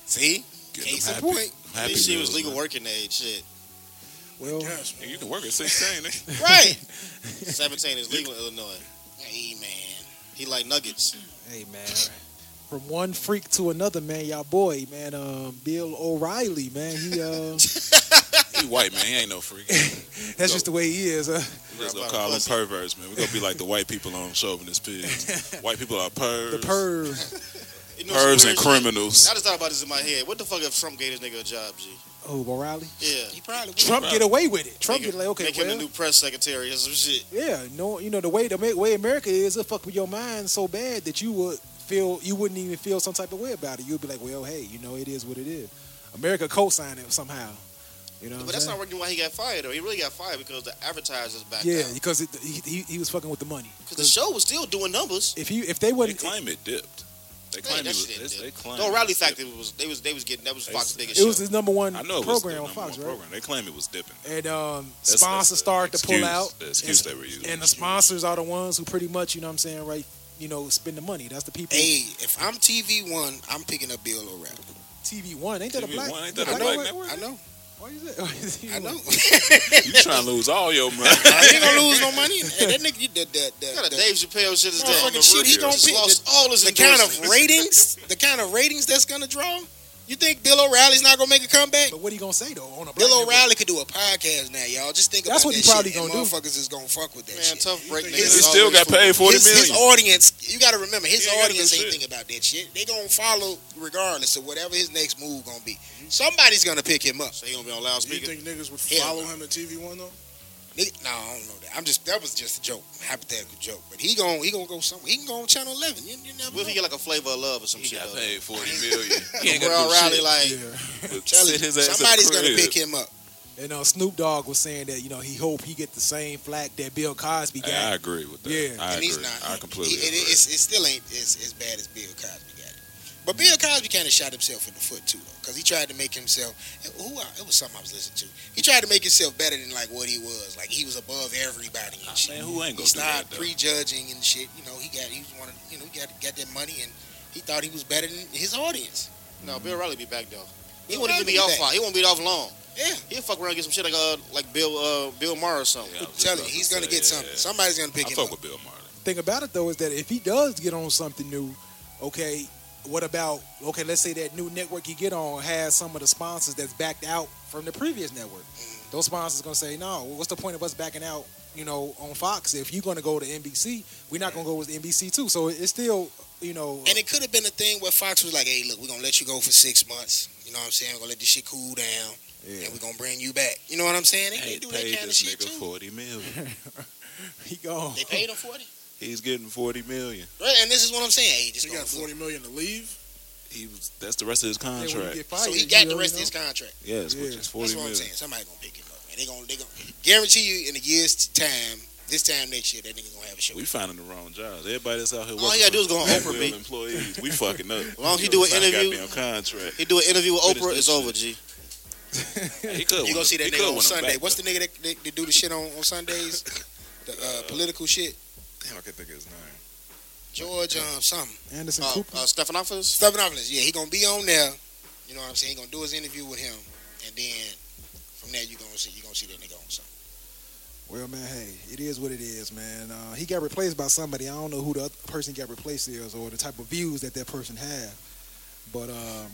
See? Get Case them in happy- point. them At Happy least she was meals, legal man. working age. Shit, well, Yes, Nigga, man. You can work at 16, nigga. Right. seventeen is legal in Illinois. hey, man. He like nuggets. hey, man. From one freak to another, man. Y'all boy, man. Um, Bill O'Reilly, man. He uh, He white, man. He ain't no freak. We're that's just the way he is. Uh, just gonna call him perverts, man. We're gonna be like the white people on Chauvinist Pigs. White people are pervs. the perv. You know some Pervs weird and shit? criminals. I just thought about this in my head. What the fuck if Trump gave this nigga a job, G? Oh, O'Reilly. Yeah. He probably would. Trump get away with it. Trump Make get him- like, okay, Make him well, the new press secretary or some shit. yeah, no, you know the way the ma- way America is, it fuck with your mind so bad that you would feel you wouldn't even feel some type of way about it. You'd be like, well, hey, you know, it is what it is. America co-signed it somehow. You know, what But I'm that's saying? not working why he got fired, though. He really got fired because the advertisers backed yeah, out. because it, he, he he was fucking with the money. Because the show was still doing numbers. If you if they They wouldn't, claim it dipped. They Hey, claim that it was. shit They, dipped. they claim The O'Reilly it was Factor was they was they was getting that was Fox's biggest it was show. his number one dipped. I know it was program their on number Fox, one right? program. They claim it was dipping. And um, That's- sponsors that's the started to pull excuse- out. The excuse and, they were using. and the sponsors are the ones who pretty much, you know, what I'm saying, right? You know, spend the money. That's the people. Hey, if I'm TV One, I'm picking up Bill O'Reilly. TV One ain't that a TV black? One, ain't that a black black network? network? I know. Why is that? Why is he I know. You trying to lose all your money? I ain't gonna lose no money. Hey, that nigga, you, that, that, that, Got a that- Dave Chappelle shit is Motherfucking down. shit, he gonna just pick lost all his the kind of endorsements. ratings, the kind of ratings that's gonna draw. You think Bill O'Reilly's not gonna make a comeback? But what are you gonna say though on a black Bill man? O'Reilly could do a podcast now, y'all. Just think That's what about that he probably shit, and gonna do. Motherfuckers is gonna fuck with that Man, shit. tough break. He niggas he is still always got fooling. paid forty his, million. his audience, you got to remember, his He ain't gotta do audience ain't shit. thinking about that shit. They gonna follow regardless of whatever his next move gonna be. Mm-hmm. Somebody's gonna pick him up. So he gonna be on You loudspeaker. think niggas would Hell follow him at TV One though? Nigga, no, I don't know that. I'm just that was just a joke, hypothetical joke. But he gonna he gonna go somewhere. He can go on Channel Eleven. You, you never What if he know. get like a flavor of love or some He shit? got though? paid forty million. He ain't gonna Bro, do Riley, shit. like, But Tell sit you, his ass at the somebody's crib. gonna pick him up. And uh, Snoop Dogg was saying that you know he hope he get the same flack that Bill Cosby got. Hey, I agree with that. Yeah. I and agree. he's not. I completely It, it, agree. it's, it still ain't as, as bad as Bill Cosby got it. But Bill Cosby kind of shot himself in the foot too, though, because he tried to make himself. Who I- it was something I was listening to. He tried to make himself better than like what he was. Like he was above everybody and Nah, shit. man, who ain't gonna do He's not that, though? prejudging and shit. You know, he got he was one of you know he got got that money and he thought he was better than his audience. No, Bill Riley be back though. He Bill won't even Riley be be off. back. long. He won't be off long. Yeah, He'll fuck around and get some shit like uh like Bill uh Bill Maher or something. Yeah, I was just tell you, about he's to gonna say, get yeah. something. Somebody's gonna pick I him fuck up. with Bill Marley. thing about it though is that if he does get on something new, okay, what about okay? Let's say that new network he get on has some of the sponsors that's backed out from the previous network. Those sponsors gonna say, no, what's the point of us backing out? You know, on Fox, if you're gonna go to NBC, we're not gonna go with NBC too. So it's still, you know, And it could have been a thing where Fox was like, "Hey, look, we're gonna let you go for six months. You know what I'm saying? We're gonna let this shit cool down, Yeah. and we're gonna bring you back. You know what I'm saying? They Hey, can do that paid kind of this shit nigga too. forty million. he gone. They paid him forty. He's getting forty million. Right? And this is what I'm saying. Hey, just He got forty forty. million to leave. He was. Oh, That's the rest of his Yeah, when you contract. get fired, So he you got the already rest know. of his contract. Yes, which Yeah. is That's forty what I'm million. saying. Somebody gonna pick him up, man. They gonna they gonna guarantee you in a year's time, this time next year, that nigga gonna have a show. We finding the wrong jobs. Everybody that's out here. All you gotta do is go on Oprah, Goodwill B. employees. We fucking up. As long as you do an interview- contract. He do an interview with Finish Oprah. this It's shit. over, G. He could. You gonna see that he could nigga on win 'em Sunday? back, What's the nigga that, that, that do the shit on on Sundays? the uh, political shit. though. Damn, I can't think of his name. George um, something. Anderson Uh, Cooper. uh, Stephanopoulos. Stephanopoulos, yeah, he gonna be on there. You know what I'm saying? He gonna do his interview with him, and then from there you gonna see you gonna see that nigga on something. Well, man, hey, it is what it is, man. Uh, he got replaced by somebody. I don't know who the other person he got replaced is or the type of views that that person had. But um,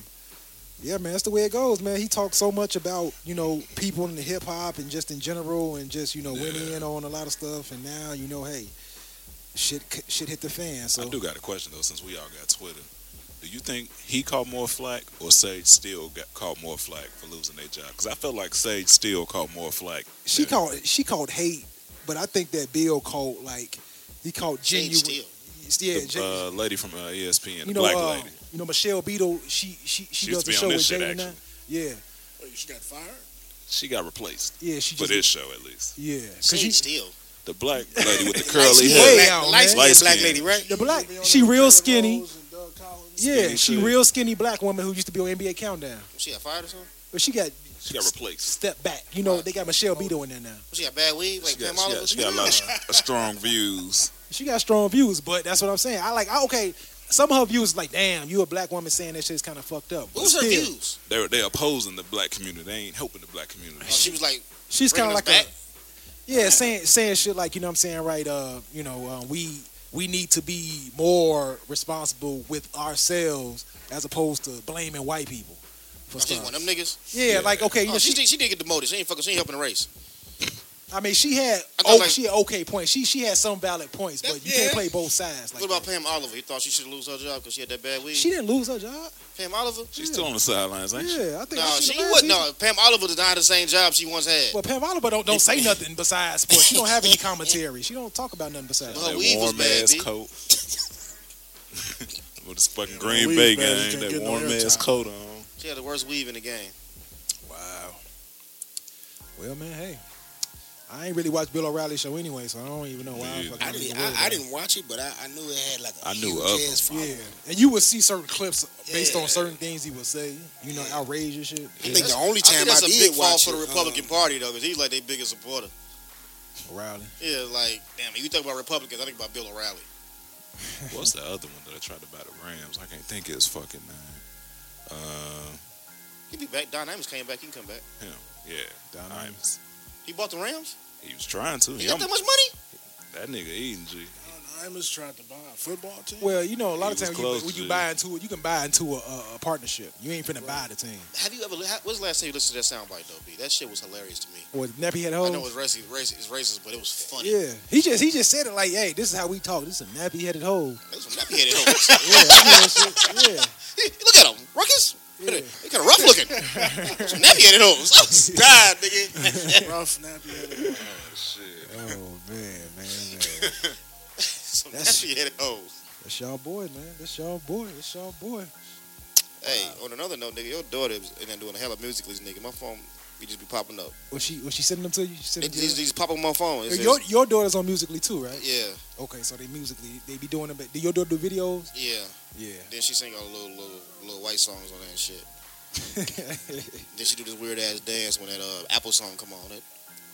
yeah, man, that's the way it goes, man. He talks so much about you know people in the hip hop and just in general, and just you know went in on a lot of stuff. And now you know, hey, shit, c- shit hit the fan. So I do got a question though, since we all got Twitter. Do you think he caught more flack or Sage Steele got caught more flack for losing their job? Because I felt like Sage Steele caught more flack. she than- called she called hate, but I think that Bill called like he called Jade genuine. Steele. Yeah, the gen- uh, lady from uh, ESPN, you the know, black uh, lady. you know Michelle Beadle. She she she, She does used the to be show on with this shit, Jay now. actually. Yeah, Oh, she got fired. She got replaced yeah, she for just this show, at least. yeah. Cause Jade you, Steele. The black lady with the Light curly skin, way hair. black- out, light man. skin, Light black skin. lady, right? the black, Be on she that real Taylor skinny. Rose and Doug Collins. Yeah, Skinny she too. real skinny black woman who used to be on NBA Countdown, She got fired or something. but she got She got replaced. stepped back. You know, they got Michelle Beadle in there now. She got bad weed. Like She Pam got, she Oliver. got, she got a lot of st- strong views. She got strong views, but that's what I'm saying. I like I, okay. Some of her views, like, damn, you a black woman saying that shit's kind of fucked up. But What was her still, views? They're, they're opposing the black community. They ain't helping the black community. Oh, she was like, She's kind Bringing of us like a, yeah, saying saying shit like you know what I'm saying right. Uh, you know, uh, we we need to be more responsible with ourselves as opposed to blaming white people for oh, she's stuff. one of them niggas. Yeah, Yeah. like okay, you Oh, know, she, she, did, she did get demoted. She ain't fucking. She ain't helping the race. I mean, she had I thought, oh, like- she had okay points. She she had some valid points, but you yeah. can't play both sides. Like What about that. Pam Oliver? You thought she should lose her job because she had that bad weed? she didn't lose her job. Pam Oliver? She's still on the sidelines, ain't she? Yeah, I think No, I she seen her last wasn't. season. No, Pam Oliver did not have the same job she once had. Well, Pam Oliver don't don't say nothing besides sports. She don't have any commentary. She don't talk about nothing besides. Well, That weave was warm bad, ass B. coat. With this fucking weave Green Bay bad, you gang, can't that get no warm ass airtime. coat on. She had the worst weave in the game. Wow. Well, man, hey, I ain't really watched Bill O'Reilly show anyway, so I don't even know why. Me either. fucking I even didn't, worried I, about I it. didn't watch it, but I, I knew it had like a I knew huge of ass following. Yeah, and you would see certain clips based on certain things he would say. You know, outrageous shit. I think the only I think time I, that's a did big fall watch for the it, Republican um, Party, though, because he's like their biggest supporter. O'Reilly. Yeah, like, damn, you talk about Republicans, I think about Bill O'Reilly. What's the other one that I tried to buy the Rams? I can't think of his fucking name. Uh, He'd be back. Don Amos came back. He can come back. Yeah, Don I- Imus. He bought the Rams. he was trying to. He He got um, that much money. that nigga eating G. I just tried to buy a football team. Well, you know, a lot He of was times close you, when to- you buy into it, you can buy into a, a, a partnership. You ain't finna buy the team. Have you ever? ha- What's the last time you listened to that soundbite though? B, that shit was hilarious to me. Or nappy head I know hoes. it's racist, racist, it's racist, but it was funny. Yeah, he just he just said it like, hey, this is how we talk. This is a nappy headed hoe. It was nappy headed hoes. Yeah, I know that shit. yeah. Look at them, ruckus. They kind of rough looking. Some nappy headed hoes. I was dying, nigga. rough, nappy headed. Shit. Oh man, man, man. Some That's- nappy headed hoes. That's y'all boy, man. That's y'all boy. That's y'all boy. Hey, on another note, nigga, your daughter is in there doing a hell of musically, nigga. My phone, you just be popping up. Was she was she sending them to you? She They sending them to just, you? they just pop up on my phone. It says- Your your daughter's on musically too, right? yeah, Okay, so they musically they be doing them. Do your daughter do videos? yeah. Yeah. Then she sing all the little, little, little white songs on that shit. Then she do this weird ass dance when that uh, Apple song come on. It.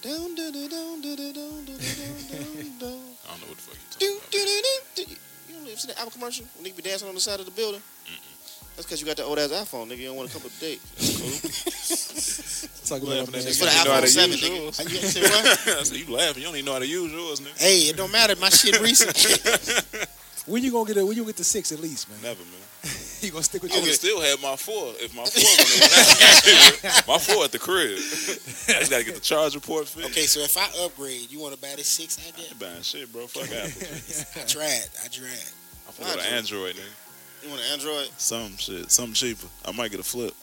Down, da, da, down, da, da, down, da, da, down, down, down. I don't know what the fuck you do, talking about. do, do, do, do. You don't ever see the Apple commercial when nigga be dancing on the side of the building? That's because you got the old ass iPhone, nigga. You don't want to come up to date. Talk about that, man. Laughing at It's niggas for the that don't know iPhone how to 7, use nigga. yours. You say what? I said, you laughing. You don't even know how to use yours, nigga. Hey, it don't matter. My shit recent. When you gonna get a, when you gonna get to six at least, man? Never, man. You gonna stick with I your would still have my four if my four was my four at the crib. I just gotta get the charge report fixed. okay, so if I upgrade, you want to buy this six? I I did. ain't buying shit, bro. Fuck Apple. I tried. I tried. I'm gonna go to Android, nigga. You want an Android? Some shit, something cheaper. I might get a flip.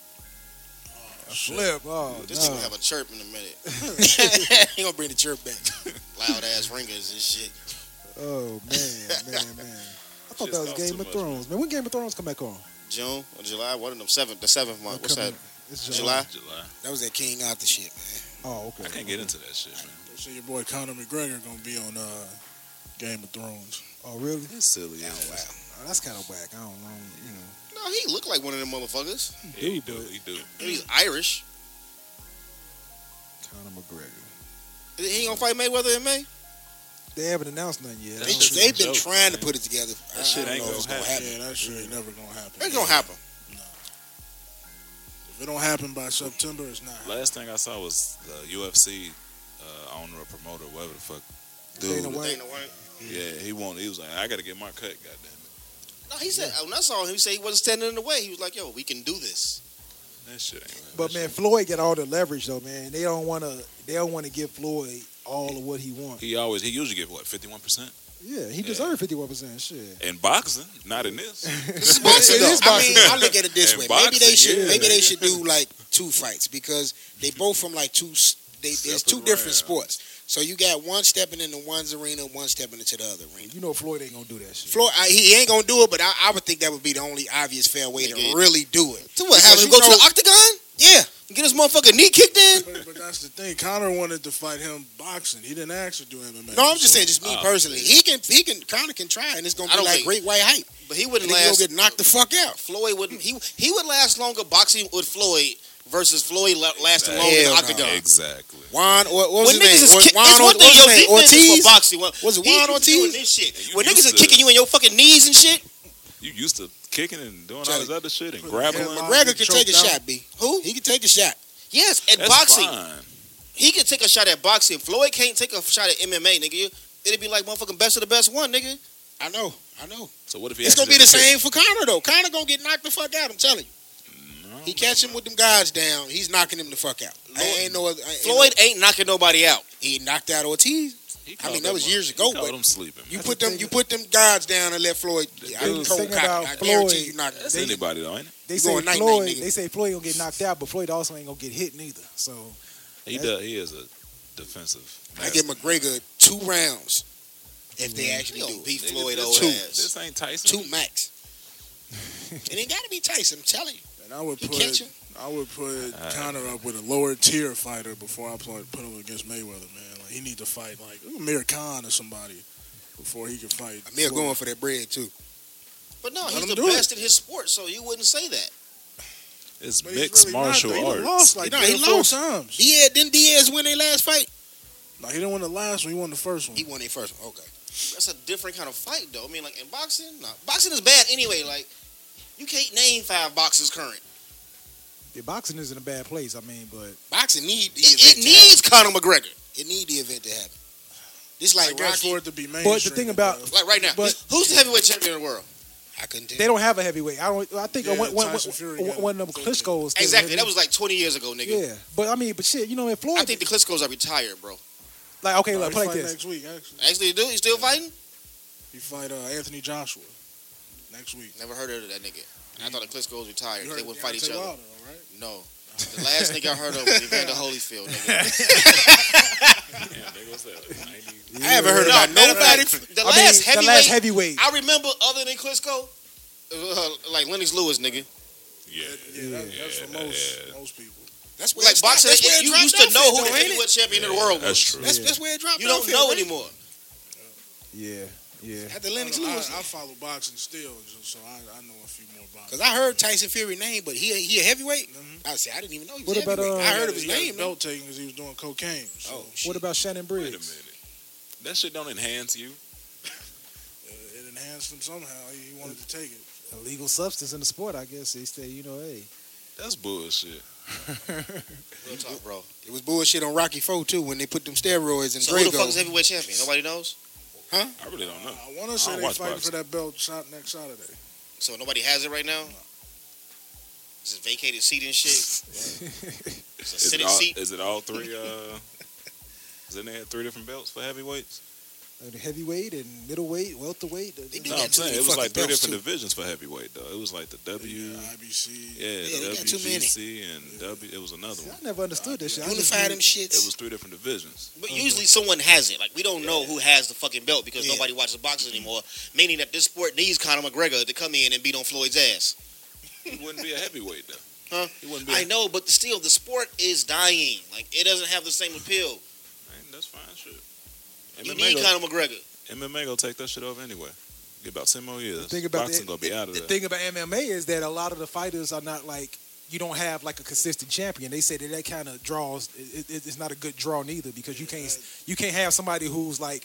flip. Oh, This nigga no. have a chirp in a minute. He gonna bring the chirp back. Loud ass ringers and shit. oh man, man, man. I thought Shit that was cost Game too of much, Thrones, man. When Game of Thrones come back on? June or July? One of them seventh, the seventh month. What's that? Coming- It's July. July. That was that King Arthur shit, man. Oh, I okay. can't get into that shit, man. They say your boy Conor McGregor gonna be on uh, Game of Thrones. Oh, really? It's silly. Yeah, Oh, that's kind of whack. I don't know. You know. No, he look like one of them motherfuckers. he do. He do. Mm. And he's Irish. Conor McGregor. He ain't gonna fight Mayweather in May. They haven't announced nothing yet. That I don't shit- see- They've been joke, trying to man. put it together. I- I shit don't ain't know if it's gonna gonna happen. happen. Yeah, that shit ain't never gonna happen. It's gonna happen. If it don't happen by September, it's not. happening. Last thing I saw was the UFC uh, owner or promoter, whatever the fuck. Dana Dude, White. Dana White. yeah, he won't. He was like, I gotta get my cut. Goddamn No, he said when I saw him, he said he wasn't standing in the way. He was like, "Yo, we can do this." it. That shit ain't. Right. But That man, Floyd got all the leverage though, man. They don't want to. They don't want to give Floyd all of what he shit- wants. he always he usually get what fifty one percent Yeah, he deserved fifty one percent. Shit. in boxing, not in this. This is boxing, It though. is I mean, I look at it this And way. boxing, maybe they should. yeah. Maybe they should do like two fights because they both from like two. s- They, there's Separate two different rounds. sports. So you got one stepping into one's arena, one stepping into the other arena. You know Floyd ain't gonna do that shit. Floyd, I, he ain't gonna do it, but I, I would think that would be the only obvious fair way to Nigga. really do it. To what? Have Because him you go to know- the octagon? Yeah, Get his motherfucking knee kicked in? But, but that's the thing. Conor wanted to fight him boxing. He didn't ask to do MMA. no, I'm just So, saying, just me Oh, personally. He can, he can, Conor can try, and it's gonna I be don't like think- great white hype. But he And wouldn't he gonna last. get knocked the fuck out. Floyd would he he would last longer boxing with Floyd versus Floyd la- lasting Exactly. longer in the Hell no. octagon. Exactly. Juan or what When was his name? niggas is Or- ki- Juan it's or- one thing what's your his name? defense is Ortiz? for boxing. Well, Was it he- Juan he was doing Ortiz? This shit. You when used niggas is to- kicking you in your fucking knees and shit. You used to kicking and doing all Johnny, this other shit and put grappling. the headlock- McGregor can Choked take a out. shot, B. Who? He can take a shot. Yes, at That's boxing fine. he can take a shot at boxing. Floyd can't take a shot at MMA, nigga. It'd be like motherfucking best of the best one, nigga. I know, I know. So what if he It's gonna actually be the did same for Connor though. Connor gonna get knocked the fuck out. I'm telling you. kick? No, He catch him with them guards down. He's knocking him the fuck out. I ain't no other. I ain't Floyd ain't knocking nobody out. no- he knocked out Ortiz. he I mean, called that was them- years he ago, called but- him sleeping. You That's put the them, thing. you put them guards down and let Floyd. I, dude, cold thing cock. about I guarantee Floyd- you knock him. That's anybody though, ain't it? They You say going night, night, Floyd. nigga. they say Floyd gonna get knocked out, but Floyd also ain't gonna get hit neither. So He That's- does. He is a defensive. I give McGregor two rounds if they He actually do gonna it. beat Floyd this, old two. ass. This ain't Tyson. two max. it ain't gotta be Tyson. I'm telling you, And I would he put catch him. I would put Uh, Alright. Conor up with a lower tier fighter before I put put him against Mayweather, man. Like he need to fight like Amir Khan or somebody before he can fight. Amir Floyd. going for that bread too. But no, Let he's him the do it. best in his sport, so you wouldn't say that. It's But he's mixed really not, martial though. He done arts. Lost like No, three he or four lost. times. Diaz didn't Diaz win their last fight? Like he didn't win the last one. He won the first one. He won their first one. Okay. That's a different kind of fight, though. I mean, like in boxing, no. boxing is bad anyway. Like you can't name five boxers current. Yeah, boxing is in a bad place. I mean, but Boxing need the It, it event to happen. needs Conor McGregor. it need the event to happen. This I like guess Rocky. for it to be mainstream. uh, but the thing about Like right now, But- who's the heavyweight champion in the world? I couldn't tell. they don't have a heavyweight. I don't. I think Yeah, one, one, one, Tyson Fury one- got one of it. them Klitschko was still Exactly. That heavy. was like 20 years ago, nigga. yeah. But I mean, but shit, you know, in Florida, I think the Klitschko's are retired, bro. like okay, No, like he play fight this. next week. Actually, Actually, dude, he's still fighting. he fight uh, Anthony Joshua next week. Never heard of that nigga. I thought the Klitschko was retired. You They heard wouldn't fight Deontay each other. Wilder, right? No. The last nigga I heard of was Evander Holyfield. Nigga. Yeah, they was that, like, 90 I haven't heard No, about matter of nobody. fact, The I mean, last the last heavyweight. heavyweight. I remember other than Klitschko, uh, like Lennox Lewis, nigga. Yeah. Yeah, that, that's for Yeah, most yeah. most people. That's where Like it stopped. boxing, That's where it you dropped used to off know who at, though, the ain't it? heavyweight champion in the world That's was. true. That's, that's where it dropped You don't off at, know right? anymore. Yeah, yeah. At the I, Lennox don't know, Lewis. I, I follow boxing still, just so I, I know a few more boxing. Cause I heard Tyson Fury name, but he he a heavyweight. Mm-hmm. Mhm. I said I didn't even know he was What about, heavyweight. I uh, heard of his He got name. though. belt taken because he was doing cocaine. So Oh shit. What about Shannon Wait a Briggs? minute. That shit don't enhance you. uh, it enhanced him somehow. He, he wanted to take it. Illegal substance in the sport, I guess. They say, you know, hey. That's bullshit. Real talk, bro. It was bullshit on Rocky Four too when they put them steroids in So who the fuck is Drago. heavyweight champion? Nobody knows. I really don't know. I want to I say don't they watch fighting boxing. for that belt shot next Saturday. So nobody has it right now. It's a vacated seat and shit. It's a Is it, sitting all, seat. is it all three? Uh, is it they had three different belts for heavyweights? the heavyweight and middleweight, welterweight. the- They do No, got I'm too saying many it was like fucking three belts, different too. divisions for heavyweight though. It was like the W, Yeah, IBC. yeah, Yeah, they got too many. WGC, and W. It was another See, one. I never understood that shit. I just Unify knew- them Mm-hmm. shits. It was three different divisions. But usually someone has it. Like we don't know who has the fucking belt because Mm-hmm. Yeah. nobody watches boxing anymore. Meaning that this sport needs Conor McGregor to come in and beat on Floyd's ass. He wouldn't be a heavyweight though. Huh? He wouldn't be. I know, but still, the sport is dying. Like it doesn't have the same appeal. Man, that's fine shit. You MMA, need go, Conor McGregor. MMA gonna take that shit over anyway. Get about ten more years. Think about boxing that- gonna be out of The there. thing about MMA is that a lot of the fighters are not like you don't have like a consistent champion. They say that that kind of draws. It, it, it's not a good draw neither because you can't you can't have somebody who's like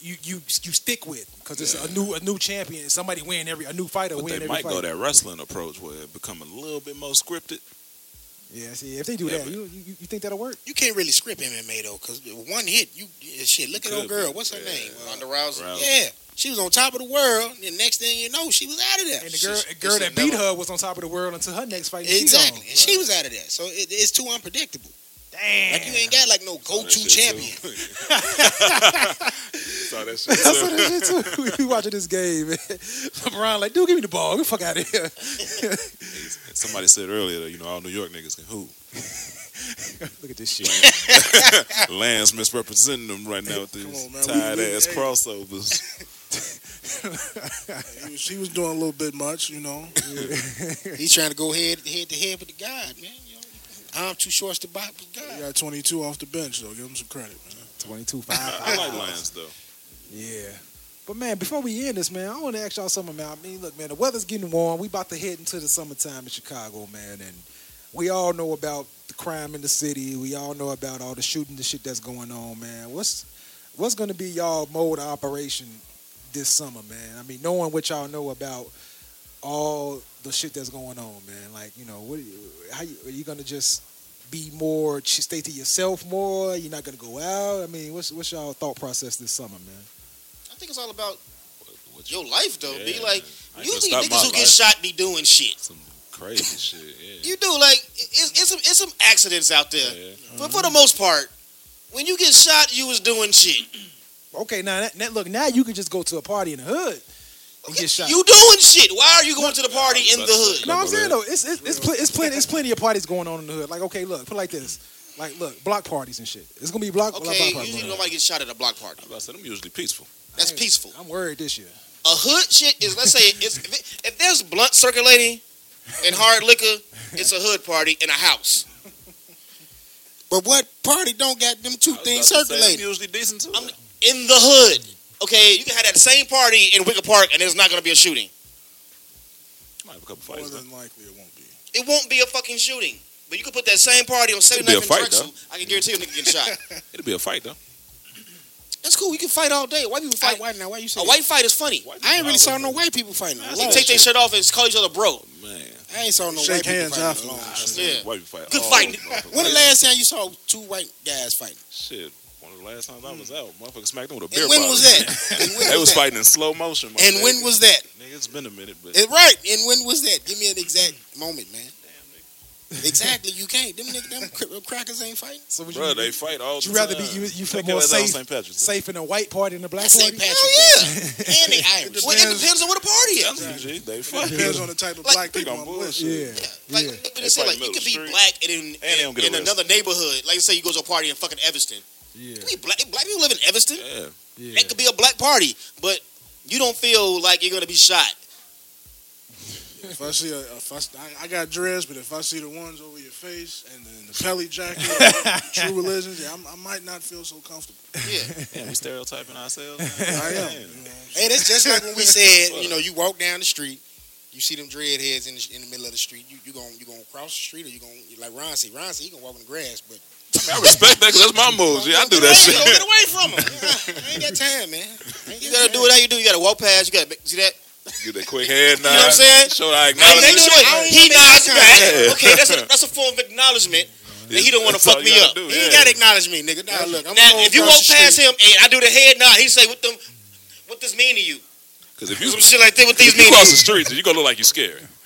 you you you stick with because it's a new a new champion. Somebody win every a new fighter but win they every might fight. go that wrestling approach where it become a little bit more scripted. Yeah, see if they do Yeah, that, but- you, you you think that'll work? You can't really script MMA though, cause one hit, you yeah, shit. Look at Could old be. girl. What's her Yeah. name? Uh, Ronda Rousey. Rousey. yeah, she was on top of the world. And the next thing you know, she was out of there. And the girl, just- the girl it's that a beat never- her was on top of the world until her next fight. and she exactly, gone. and she was out of there. So it, it's too unpredictable. Damn. Like you ain't got like no go-to That shit, champion. too. Saw that shit I too. saw that shit too. we watching this game. LeBron like, dude, give me the ball. Get the fuck out of here. Somebody said earlier, you know, all New York niggas can hoop. Look at this shit. Lance misrepresenting them right now with Come these on, man. We- tired we- ass hey. crossovers. He was, he was doing a little bit much, you know. He's trying to go head head to head with the god, man. You know, I'm too short to box with He God. got 22 off the bench, though. Give him some credit, man. 22 I 5. like Lance though. Yeah. But man, before we end this, man, I want to ask y'all something, man. I mean, look, man, the weather's getting warm. We about to head into the summertime in Chicago, man, and we all know about the crime in the city. We all know about all the shooting, the shit that's going on, man. What's what's gonna be y'all mode of operation this summer, man? I mean, knowing what y'all know about all the shit that's going on, man. Like, you know, what are you, how you, are you gonna just be more ch- stay to yourself more? You're not gonna go out. I mean, what's what's y'all thought process this summer, man? I think it's all about What your life, though. Be Yeah. like, I ain't gonna usually stop my niggas who get life. shot be doing shit. Some crazy shit. Yeah. You do like it's, it's some it's some accidents out there, Yeah. but for the most part, when you get shot, you was doing shit. Okay, now that, that- look, now you can just go to a party in the hood and get shot. You doing shit. Why are you going to the party in the hood? no, I'm saying though, it's it's it's, pl- it's plenty it's plenty of parties going on in the hood. Like, okay, look, put it like this, like look, block parties and shit. It's gonna be block. block Okay, parties. usually nobody gets shot at a block party. I'm about to say, them usually peaceful. That's peaceful. I'm worried this year. A hood shit is let's say it's, if, it- if there's blunt circulating and hard liquor, it's a hood party in a house. But what party don't got them two I was things about to say, them circulating? Usually decent too. I'm- In the hood, okay, you can have that same party in Wicker Park and there's not going to be a shooting. Might have a couple More fights. though. than likely, it won't be. It won't be a fucking shooting. But you can put that same party on It'd be 79th a and fight, Drexel. I can guarantee you a nigga getting shot. It'll be a fight though. That's cool. We can fight all day. White people I, fight. why now? Why you say? A that? white fight is funny. I ain't really saw no white people fighting. They take their shirt off and call each other bro. Man, I ain't saw no Shake white people hands fighting in a after long that. time. Yeah. White people fight. Oh, Good all fighting. motherfuckers. When the last time you saw two white guys fighting? Shit, one of the last times I was out, motherfucker smacked them with a beer And when bottle. was that? And when They was that? fighting in slow motion. my And nigga. when was that? Nigga, it's been a minute, but Eh, right. And when was that? Give me an exact moment, man. Exactly. You can't. Them niggas, them cr- crackers ain't fighting. So would you, bro, they fight all. you the rather be time. you, you feel Take more your ass out on safe St. Patrick's Day. safe in a white party than a black That's St. party? Patrick's Day. And they Irish. Well, it depends on where the party That's is. what G, They fight. Depends on the type of Like, black Think people I'm on the list. Yeah. Yeah. Like, yeah. but They it's fight like you middle could of be the street. black and in, they don't get in arrested. another neighborhood. Like, say you go to a party in fucking Evanston. Yeah. You be black, black people live in Evanston. Yeah, Yeah. That could be a black party, but you don't feel like you're gonna be shot. If I see a, if I, s- I- I got dreads, but if I see the ones over your face and the, the pelly jacket, true religions, yeah, I'm, I might not feel so comfortable. Yeah, yeah. We stereotyping ourselves. I am. You know, Hey, that's just like when we said, you know, you walk down the street, you see them dreadheads in the, in the middle of the street. You you gonna you gonna cross the street or you gonna like Ron see Ron see he gonna walk in the grass, but I respect that 'cause that's my move. G. I do that Hey, yo, shit. Get away from him. Yeah, I ain't got time, man. I ain't you got gotta time. do what how you do. You gotta walk past. You gotta make- see that. Get that quick head You know nod. what I'm saying? Show I I acknowledge. make it. sure I don't he wanna make nods eye back. contact. Okay, that's a, that's a form of acknowledgement that he don't want to That's fuck all me you up. gotta do, He ain't yeah. gotta acknowledge me, nigga. Nah, look, I'm Now, going if you walk across past the him street. and I do the head nod, he say, "What them? What this mean to you? Because if you, Some shit like that. What these if you mean cross to the streets, you gonna look like you scared. you?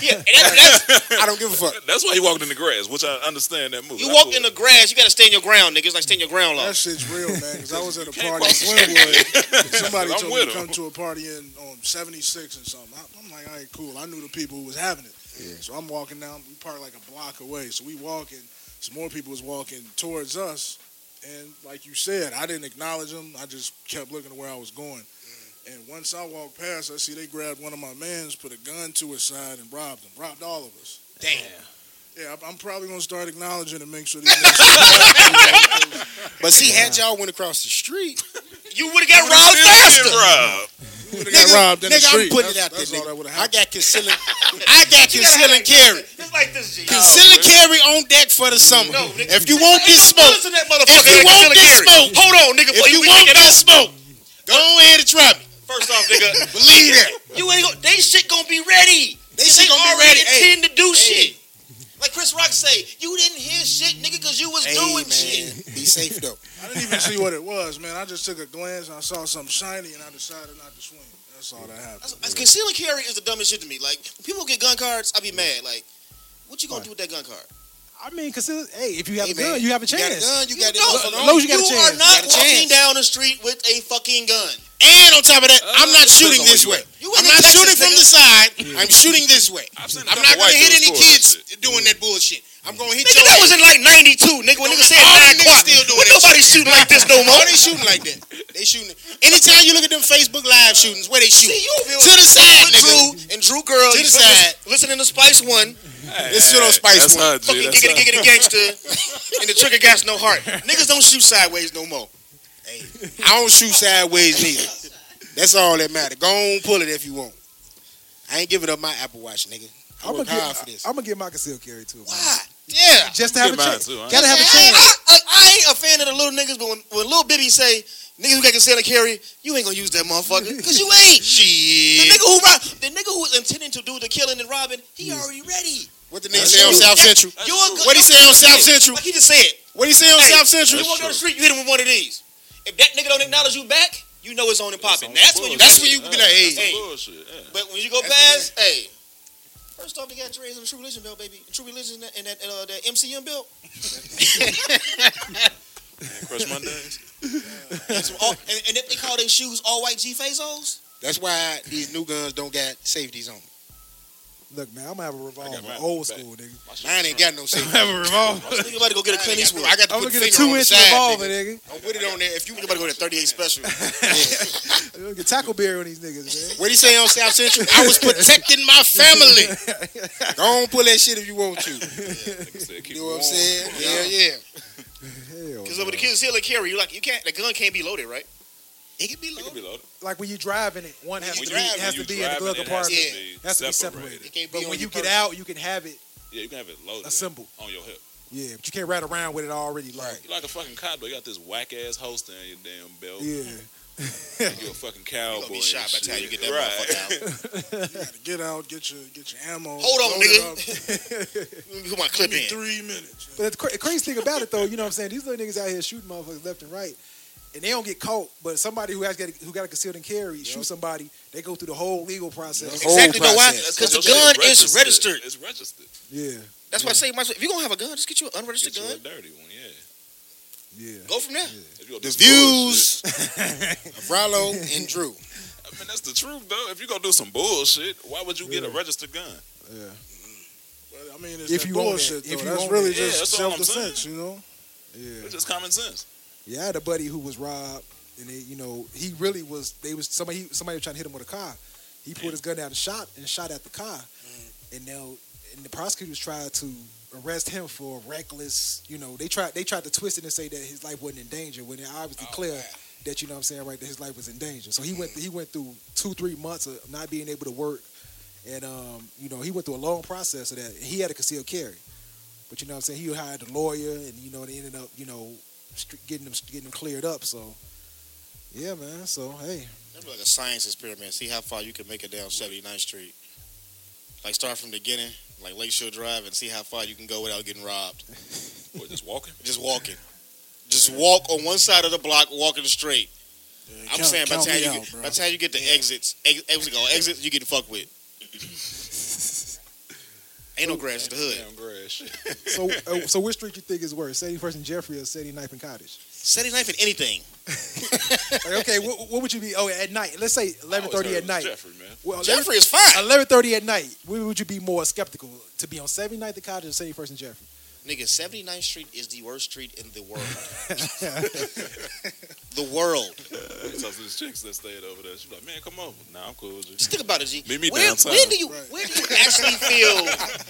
Yeah, and that, that's I don't give a fuck. That's why he walked in the grass, which I understand that move. you That's walk what- in the grass. You gotta stay in your ground, nigga. It's like stay in your ground law. that shit's real, man. Because I was at a can't party in cross- Glenwood. Somebody I'm told with me to him. come to a party in on 76 and something. I, I'm like, all right, cool. I knew the people who was having it. So I'm walking down. We parked like a block away. So we walking. Some more people was walking towards us. And like you said, I didn't acknowledge them. I just kept looking to where I was going. And once I walked past, I see they grabbed one of my mans, put a gun to his side, and robbed him. Robbed all of us. Damn. Yeah, I'm- I'm probably gonna start acknowledging and make sure these niggas. But see, had y'all went across the street, You would have got robbed Shit, faster. rob. would've got nigga, robbed in the nigga, street. I'm putting it That's- out there, that's all that nigga. would've I happened. got concealing, I got concealing carry. It's like this, G. Conceal and carry on deck for the summer. No, nigga. if you want this smoke, Listen to that motherfucker. if you that want conceal and this carry. smoke, hold on, nigga. if before you we want take it this out. smoke, go ahead and try me. First off, nigga, Believe that. you ain't gonna. They shit gonna be ready. They shit gonna be already ready. Hey, Intend to do hey. shit. Like Chris Rock say, you didn't hear shit, nigga, because you was Hey, doing man, shit. Be safe though. I didn't even see what it was, man. I just took a glance and I saw something shiny and I decided not to swing. That's all that happened. That's, that's, conceal and carry is the dumbest shit to me. Like when people get gun cards, I be mad. Like, what you gonna do with that gun card? I mean, cause it- hey, if you have a Hey, gun, man, you have a got a chance. gun, you got No, this. long as you got a chance. are You not got a walking chance. down the street with a fucking gun. And on top of that, I'm not depends shooting on where this you way. at. You I'm in a not Texas, shooting from nigga. the side. I'm shooting this way. I've seen a I'm couple not white gonna dudes hit any doing that kids shit. doing that bullshit. I'm gonna hit Nigga, your that was in like '92, nigga. When niggas said All nine the niggas quad, still doing When that nobody shooting like this no more. Why they shooting like that? They shooting. Anytime you look at them Facebook live shootings, where they shoot See, you feel to the side, Drew nigga. and Drew Girl To you the feel me? side. listening to Spice One, This shit on Spice That's her, One. G. fucking That's giggity her. giggity gangster, and the trigger got no heart. Niggas don't shoot sideways no more. I don't shoot sideways neither. That's all that matter. Go on, pull it if you want. I ain't giving up my Apple Watch, nigga. I I'm work gonna hard for get this. I'm gonna get my conceal carry too. man. Yeah. Just to have a Get mine, chance. too, huh? Gotta have a I, chance. I, I ain't a fan of the little niggas, but when, when little Bibby say niggas who got concealed and carry, you ain't gonna use that motherfucker because you ain't. The Shit. nigga who rob, the nigga who's intending to do the killing and robbing, he already ready. What the nigga say on South Central? You're a good- What he say on South Central? Like he just said, What he say on Hey, South Central? you walk down the street, you hit him with one of these. If that nigga don't acknowledge you back, you know it's on and popping. on That's some when you. That's when you be like, That's hey, Hey. some bullshit. Yeah. But when you go That's past, hey. First off, you got dreads and true religion belt, baby. True religion and that, and, uh, that MCM belt. Crush Mondays. And, some all, and, and if they call their shoes all white G Fazos. that's why these new guns don't got safeties on. 'em. Look, man, I'm gonna have a revolver. mine Old back. school, nigga. Mine ain't got no safety. have a revolver. I'm thinking about to go get a Clint Eastwood. I got to I'm put gonna the get a finger on two the inch side, revolver, nigga. nigga. Don't put it on there. If you I'm about to go to 38 Special. I'm gonna get Taco Berry on these niggas, man. What he say on South Central? I was protecting my family. Go on, pull that shit if you want to. Like I said, keep You know what I'm warm. saying? Yeah, yeah. Hell, Because man. when the kids still carry, you like you can't. The gun can't be loaded, right? It could be It low. could be loaded. like when you driving it, one has When to you be driving, has you to be in the driving, glove it has compartment. Yeah. Has to be separated. It can't be But on when you your get person. out, you can have it. Yeah, you can have it loaded Assembled. on your hip. Yeah, but you can't ride around with it already. Like, You like a fucking cop, but you got this whack ass holster in your damn belt. yeah, You a fucking cowboy. You're gonna be shot by the time you get that motherfucker out. You gotta get out, get your get your ammo. Hold on, load it nigga. up. Come on, clip Give me in. three minutes. But the cra- crazy thing about it, though, you know what I'm saying? These little niggas out here shooting motherfuckers left and right, and they don't get caught. But somebody who has got who got a concealed and carry shoot somebody, they go through the whole legal process. Whole Exactly. Know why? process. Because the Your shit gun is registered. It's registered. Yeah, That's why I say, you might as well- if you're gonna have a gun, just get you an unregistered It's a gun. dirty one, yeah. yeah. Go from there. If you gonna The do some bullshit- views of Rallo and Drew. I mean, that's the truth, though. If you gonna do some bullshit, why would you get a registered gun? But, I mean, it's If that you own it. bullshit. If though. you that's own really it. Yeah, just that's all self I'm saying. defense, you know. Yeah. It's just common sense. Yeah, I had a buddy who was robbed, and they, you know, he really was. They was somebody. Somebody was trying to hit him with a car. He pulled his gun out and shot and shot at the car. And now, and the prosecutors tried to arrest him for reckless. You know, they tried. They tried to twist it and say that his life wasn't in danger when it obviously clear that you know what I'm saying right that his life was in danger. So he went. He went through two, three months of not being able to work, and um, you know, he went through a long process of that. And he had a concealed carry. But you know what I'm saying? He hired a lawyer, and you know they ended up, you know, str- getting them getting them cleared up. So yeah, man. So hey, That'd be like a science experiment. See how far you can make it down 79th Street. Like start from the beginning, like Lakeshore Drive, and see how far you can go without getting robbed. What, just walking? Just walking. Just walk on one side of the block, walking straight. Yeah, I'm count- saying by the count time me you out, get, bro. by the time you get the exits, ex, exit go exits, you getting fucked with. Ain't no grass in the hood. Damn grass. so uh, so which street you think is worse, Sadie First and Jeffrey or Sadie Knife and Cottage? Set his knife in anything. Like, okay, what, what would you be? Oh, at night. Let's say I always 11:30 heard it at was night. Jeffrey, man. Well, Jeffrey is fine. 11:30 at night. Where would you be more skeptical to be on 79th and Cottage or Sadie First and Jeffrey? Nigga, 79th Street is the worst street in the world. the world. I talked to these chicks that stayed over there. She's like, man, come over. Nah, I'm cool with you. Just think about it, G. Meet me where, downtown. where do you where do you actually feel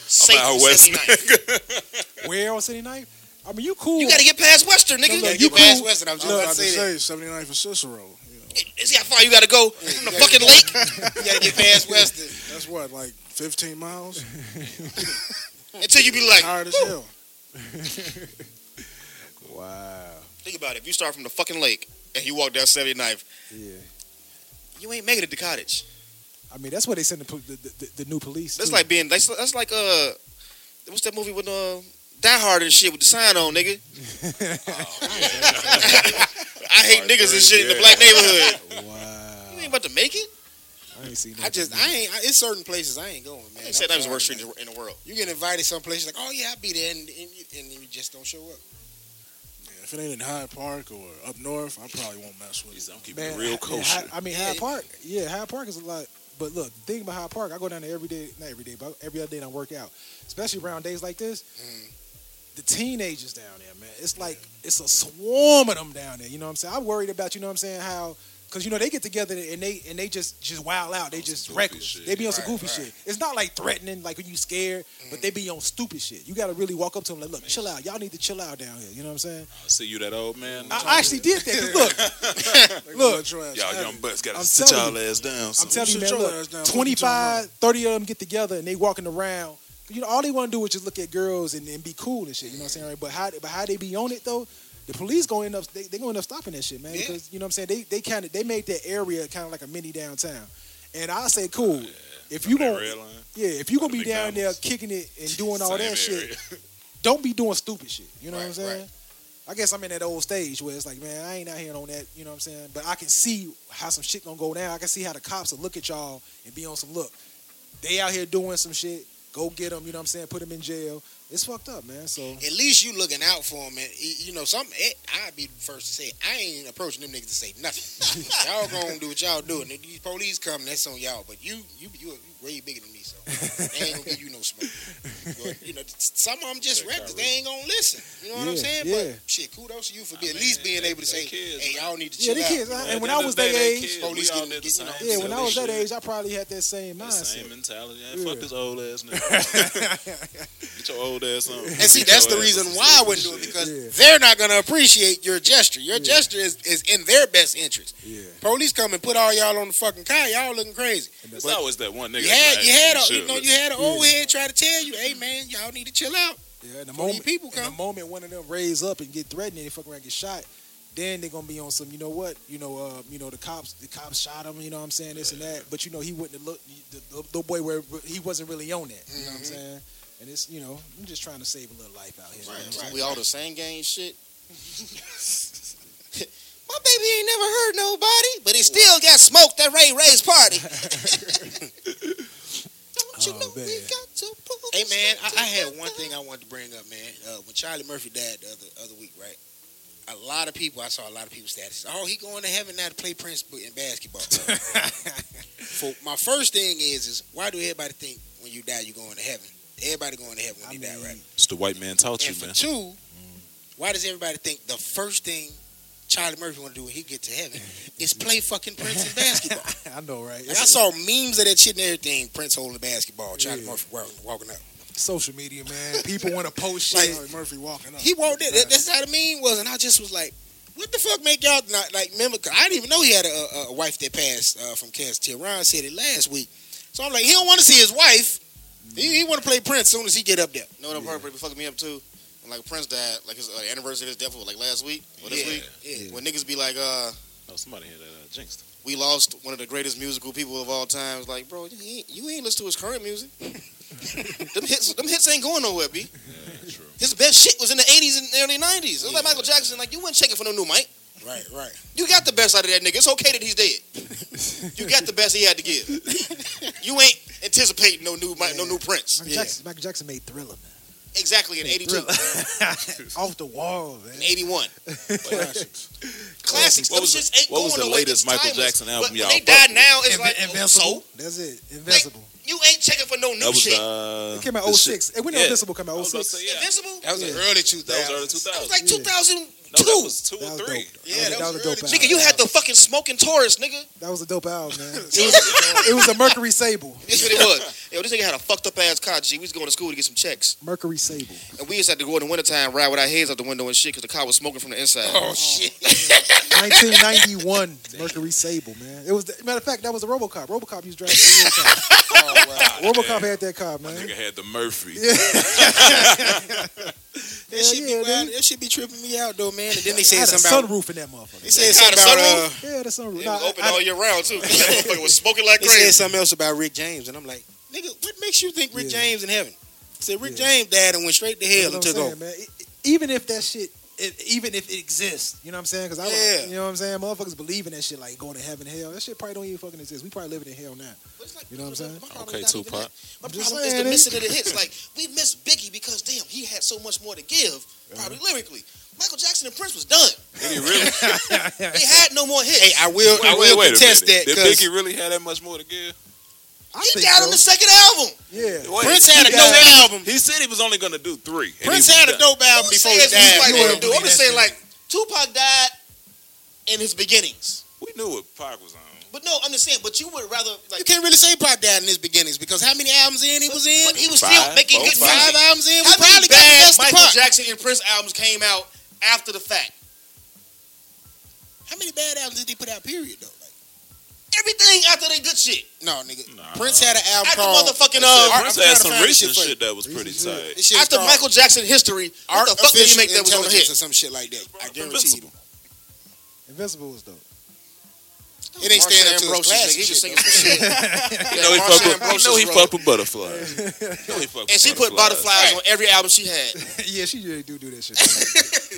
safe? out in west, 79th? Where on City Knife? I mean, you cool. You gotta get past Western, nigga. No, no, You you get past cool. Western, I was I was about to say 79 for Cicero. You know, See how far you gotta go from the fucking lake. You gotta get past Western. that's what like 15 miles. Until you be like, Tired as hell. Wow. think about it. If you start from the fucking lake and you walk down 79th, Yeah. you ain't making it to cottage. I mean, that's where they send the, po- the, the, the new police. That's too. like being that's, that's like uh what's that movie with uh Die Hard and shit with the sign on, nigga. I hate Hard niggas and three, shit in the yeah. black neighborhood. wow. You ain't about to make it. I ain't seen that. I just, I ain't, I, it's certain places I ain't going, man. They said that was the I'm worst sorry, street man. in the- in the world. You get invited someplace, like, oh yeah, I'll be there, and, and, you, and you just don't show up. Yeah, if it ain't in Hyde Park or up north, I probably won't mess with He it. said, I'm keeping Man, it real I- kosher. yeah, I, I mean, Hyde Park. Yeah, Hyde Park is a lot. But look, the thing about Hyde Park, I go down there every day, not every day, but every other day and I work out. Especially around days like this. Mm. The teenagers down there, man, it's like, it's a swarm of them down there. You know what I'm saying? I'm worried about, you know what I'm saying, how. Cause you know they get together and they and they just just wild out. They just goofy reckless. shit. They be on some Right, goofy right. shit. It's not like threatening, like when you scared, but they be on stupid shit. You got to really walk up to them like, look, chill out. Y'all need to chill out down here. You know what I'm saying? I see you, that old man. I, I actually did that. 'cause look, Nigga, Look. let your ass y'all have young it. bucks gotta I'm sit telling y'all ass down. I'm So telling you, sit man, your ass down. look, What you 25, talking 30 of them get together and they walking around. You know, all they want to do is just look at girls and, and be cool and shit. You know what I'm saying? Right? But how but how they be on it though? The police gonna end up they they gonna end up stopping that shit, man. Yeah. Because you know what I'm saying? They they kind of they made that area kind of like a mini downtown. And I say, cool. If you that gonna red line. yeah, if you gonna be Like down there McDonald's. kicking it and doing all Same that shit, area. don't be doing stupid shit. You know what I'm Right, saying? I guess I'm in that old stage where it's like, man, I ain't out here on that. You know what I'm saying? But I can see how some shit gonna go down. I can see how the cops will look at y'all and be on some look. They out here doing some shit. Go get them. You know what I'm saying? Put them in jail. It's fucked up, man. So At least you looking out for them, and y- you know some. It, I'd be the first to say I ain't approaching them niggas to say nothing. y'all gonna do what y'all do, and if these police come, that's on y'all. But you, you, you, you way bigger than me, so they ain't gonna give you no smoke. But, you know, s- some of them just reckless. They ain't gonna listen. You know what I'm Yeah, saying? yeah. But shit, kudos to you for I being, at mean, least being they- able to they say, kids, hey, man. y'all need to yeah, chill the out. kids. you know? I, and when I At the end was of that the day, they age, kids. police We all get- did the get- same yeah, when I was that silly shit. age, I probably had that same That mindset. same mentality. Yeah, Fuck Yeah. this old ass nigga. Get your old ass on. And see, that's the reason why I wouldn't do it because Yeah. they're not going to appreciate your gesture. Your gesture is, is in their best interest. Yeah. Police come and put all y'all on the fucking car. Y'all looking crazy. It's always that one nigga. you had that's you had like, a, you shit, know but you had an old Yeah. head try to tell you, hey man, y'all need to chill out. Yeah, and the Before these moment people and the come. moment one of them raise up and get threatened and they fuck around and get shot, Then they're gonna be on some, you know what, you know, uh, you know, the cops, the cops shot him, you know what I'm saying, this and that. But you know, he wouldn't have looked the, the, the boy where he wasn't really on that. You know what I'm saying? And it's, you know, I'm just trying to save a little life out here. you know what I'm saying? We all the same gang shit. My baby ain't never heard nobody, but he still got smoked at Ray Ray's party. Don't you Oh, know we man. got to prove Hey this man, stuff I, I to had the one world. thing I wanted to bring up, man. Uh, when Charlie Murphy died the other other week, right? A lot of people, I saw a lot of people status. Oh, he going to heaven now to play Prince b- in basketball. For my first thing is, is why do everybody think when you die you going to heaven? Everybody going to heaven when I they mean, Mm. die, right? It's the white man taught you, And for man. two, why does everybody think the first thing Charlie Murphy want to do when he get to heaven is play fucking Prince in basketball? I know, right? Like I saw memes of that shit and everything. Prince holding the basketball, Charlie Yeah. Murphy walking, walking up. social media, man. People want to post shit. Like- Charlie Murphy walking up. He walked in. That, that's how the meme was, and I just was like, "What the fuck make y'all not like?" Remember, 'cause I didn't even know he had a, a- a wife that passed uh, from cancer. Tehran said it last week, so I'm like, he don't want to see his wife. He, he want to play Prince soon as he get up there. You know what yeah. be fucking me up too? When like Prince died, like his like, anniversary of his death was like last week or this Yeah, week. yeah. When niggas be like, uh, Oh, somebody had that uh, jinxed. we lost one of the greatest musical people of all time. It's like, bro, you ain't, you ain't listen to his current music. them hits, them hits ain't going nowhere, b. Yeah, true. His best shit was in the '80s and early '90s. It was like Michael Jackson. Like you wasn't checking for no new mic. Right, right. You got the best out of that nigga. It's okay that he's dead. you got the best he had to give. you ain't anticipating no new mic, no new Prince. Michael, Jackson, Michael Jackson made Thriller, man. Exactly in '82 Thriller. Off the wall, man. and '81. Classics. What Those was the- shits ain't what was going the nowhere. latest It's Michael timeless. Jackson album But when y'all They fuck died now. It's Invi- like oh, Invincible. so That's it. Invincible. you ain't checking for no new That was shit. uh. it came out the 06. shit- Hey, when did yeah. Invincible come I out? was about to 06? say, yeah. Invincible. That was Yeah. the early 2000s. That was early two That was thousand. like 2002. No, that was two That or was oh three. dope. Yeah, that, that was, was a dope early album. Nigga, you had the fucking smoking Taurus, nigga. That was a dope album, man. It was, it was a Mercury Sable. That's what it was. Yo, this nigga had a fucked up ass car, G. We was going to school to get some checks. Mercury Sable. And we used to have to go in the wintertime, ride with our heads out the window and shit, because the car was smoking from the inside. Oh shit! 1991 Mercury Sable, man. It was the, matter of fact that was a RoboCop. RoboCop used to drive. the Oh, real car. RoboCop had that car, man. Nigga had the Murphy. That shit yeah, be wild. dude. That shit be tripping me out though, man. And then they It said had a something about. sunroof in that motherfucker. They said Had a something about. Uh, sunroof? Yeah, the sunroof. It Nah, was I- open I- all year round, too. That motherfucker was smoking like they said crazy. something else about Rick James, and I'm like, nigga, what makes you think Rick Yeah. James in heaven? I said Rick Yeah. James died and went straight to that's hell what I'm and took saying, over. man. E- e- Even if that shit, if, even if it exists, you know what I'm saying? Because I, Yeah. you know what I'm saying. Motherfuckers believe in that shit, like going to heaven, hell. That shit probably don't even fucking exist. We probably living in hell now. You know what I'm saying? Okay, Tupac. My Just problem is saying, the nigga. missing of the hits. Like, we missed Biggie because, damn, he had so much more to give, probably lyrically. Michael Jackson and Prince was done. Did he really? They had no more hits. Hey, I will, I will a contest minute. that Did because Biggie really have that much more to give? I he think died so. on the second album. Yeah. Wait, Prince had he a got- dope album. He said he was only gonna do three. and Prince he was had a done. dope album I'm before saying he it's died. like You they don't do. I'm wouldn't believe just that saying, shit. like, Tupac died in his beginnings. We knew what Pac was on. But no, I'm just saying, but you would rather, like, you can't really say Pop died in his beginnings because how many albums in he was in? but he was still Five, making four, good five. Five music. albums in, Oh, we How many probably got the bad best of Michael Pac. Jackson and Prince albums came out after the fact? How many bad albums did he put out? Period though. Like, Everything after they good shit. no, nigga. Nah. Prince had an album After called motherfucking, Said uh, Prince had I'm trying to some find this recent shit for shit that was pretty Reason's Good. tight. this shit was after called Michael Jackson history, what the fuck did he Artificial make that was on the hit? Intelligence or some shit like that? I guarantee you. Invincible. Invincible was dope. It ain't Marcia stand up to his Ambrosius, nigga, he classic just shit. singing some shit. You know he Marcia fuck with, you know he Ambrosius fuck with butterflies. You know he fuck And with she put butterflies. butterflies on every album she had. yeah, she really do do that shit. though.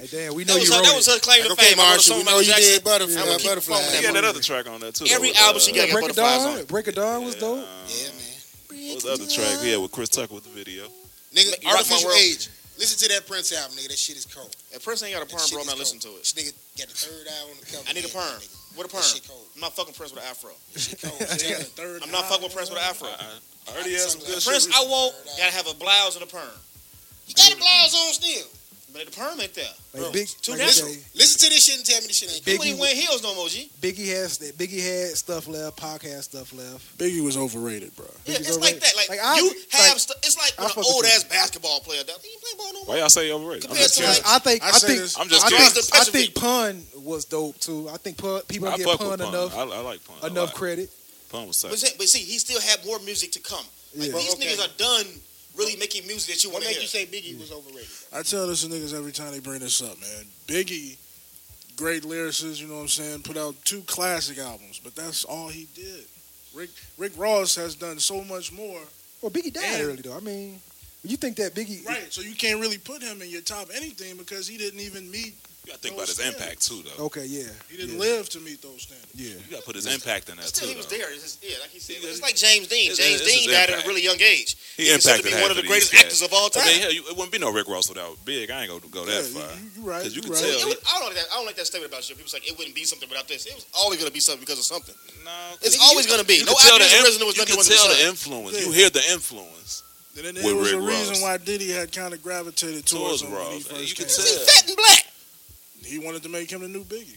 Hey, damn, we know That was you her, wrote that was it. her claim though. to fame. Okay, I wrote a Marshall, song about we know you Michael did Jackson. Butterfly. I'ma keep Butterfly. fucking with She Yeah, had that other track on there too. Every though, album she got with, uh, Break got it butterflies on down. it. Break it down was dope. man. What was the other track? Yeah, with Chris Tucker with the video. Rock Nigga, my artificial world. age. Listen to that Prince album, nigga. That shit is cold. And Prince ain't got a That shit perm, bro. I'm not is cold. listening to it. This nigga got the third eye on the cover. I need a man. perm. What a perm? That shit cold. I'm not fucking Prince with an afro. Shit cold. I'm telling you. Third I'm not eye. fucking with Prince with an afro. I already had some good Prince, shit. I won't. Gotta have a blouse and a perm. You got a blouse on still. But the perm ain't there. Like big, Two like you natural. say, Listen to this shit and tell me this shit ain't You cool. ain't wearing heels no more, G. Biggie has that. Biggie had stuff left. Pac had stuff left. Biggie was overrated, bro. Yeah, Niggas it's overrated. like that. Like, Like, I- you have like, stu- it's like I when fuck an with old you. ass basketball player does. He ain't playing ball no more. Why y'all say overrated? I'm Compared just to curious. like I think I I, say think this- I'm just I curious. think, I think pun was dope too. I think pun people I don't fuck get with pun Pun. enough I, I like Pun. a enough lot. credit. Pun was But, tight. see- but see, he still had more music to come. Like Yeah. these okay. niggas are done really making music that you want What to make hear. you say Biggie was overrated? I tell this to niggas every time they bring this up, man. Biggie great lyricist, you know what I'm saying, put out two classic albums, but that's all he did. Rick Rick Ross has done so much more. Well, Biggie died And- early though. I mean, you think that Biggie? Right. So you can't really put him in your top anything because he didn't even meet You gotta think about his impact too, though. Okay, yeah, he didn't Yeah. live to meet those standards. yeah. You gotta put his impact in that Still, too. he was Though. there. It's just- yeah, like he said, He- it's like James Dean. it's- James it's his Dean died at impact. a really young age. He He's considered to impacted be half one of the these greatest cats. actors of all time. I mean, hell, you, it wouldn't be no Rick Ross without Big. I ain't gonna go that Yeah, far. you, you right. Because you you can right. tell- It was- I don't like that. I don't like that statement about you. People say like, it wouldn't be something without this. It was always gonna be something because of something. No, It's always gonna be. You No can tell Apple Music the, Resident in- was you nothing can but the tell the sun. influence. Yeah. You hear the influence And then with there was Rick a reason Ross. why Diddy had kind of gravitated towards towards, him when he Ross. first You can came. tell. He's fat and black. He wanted to make him the new Biggie.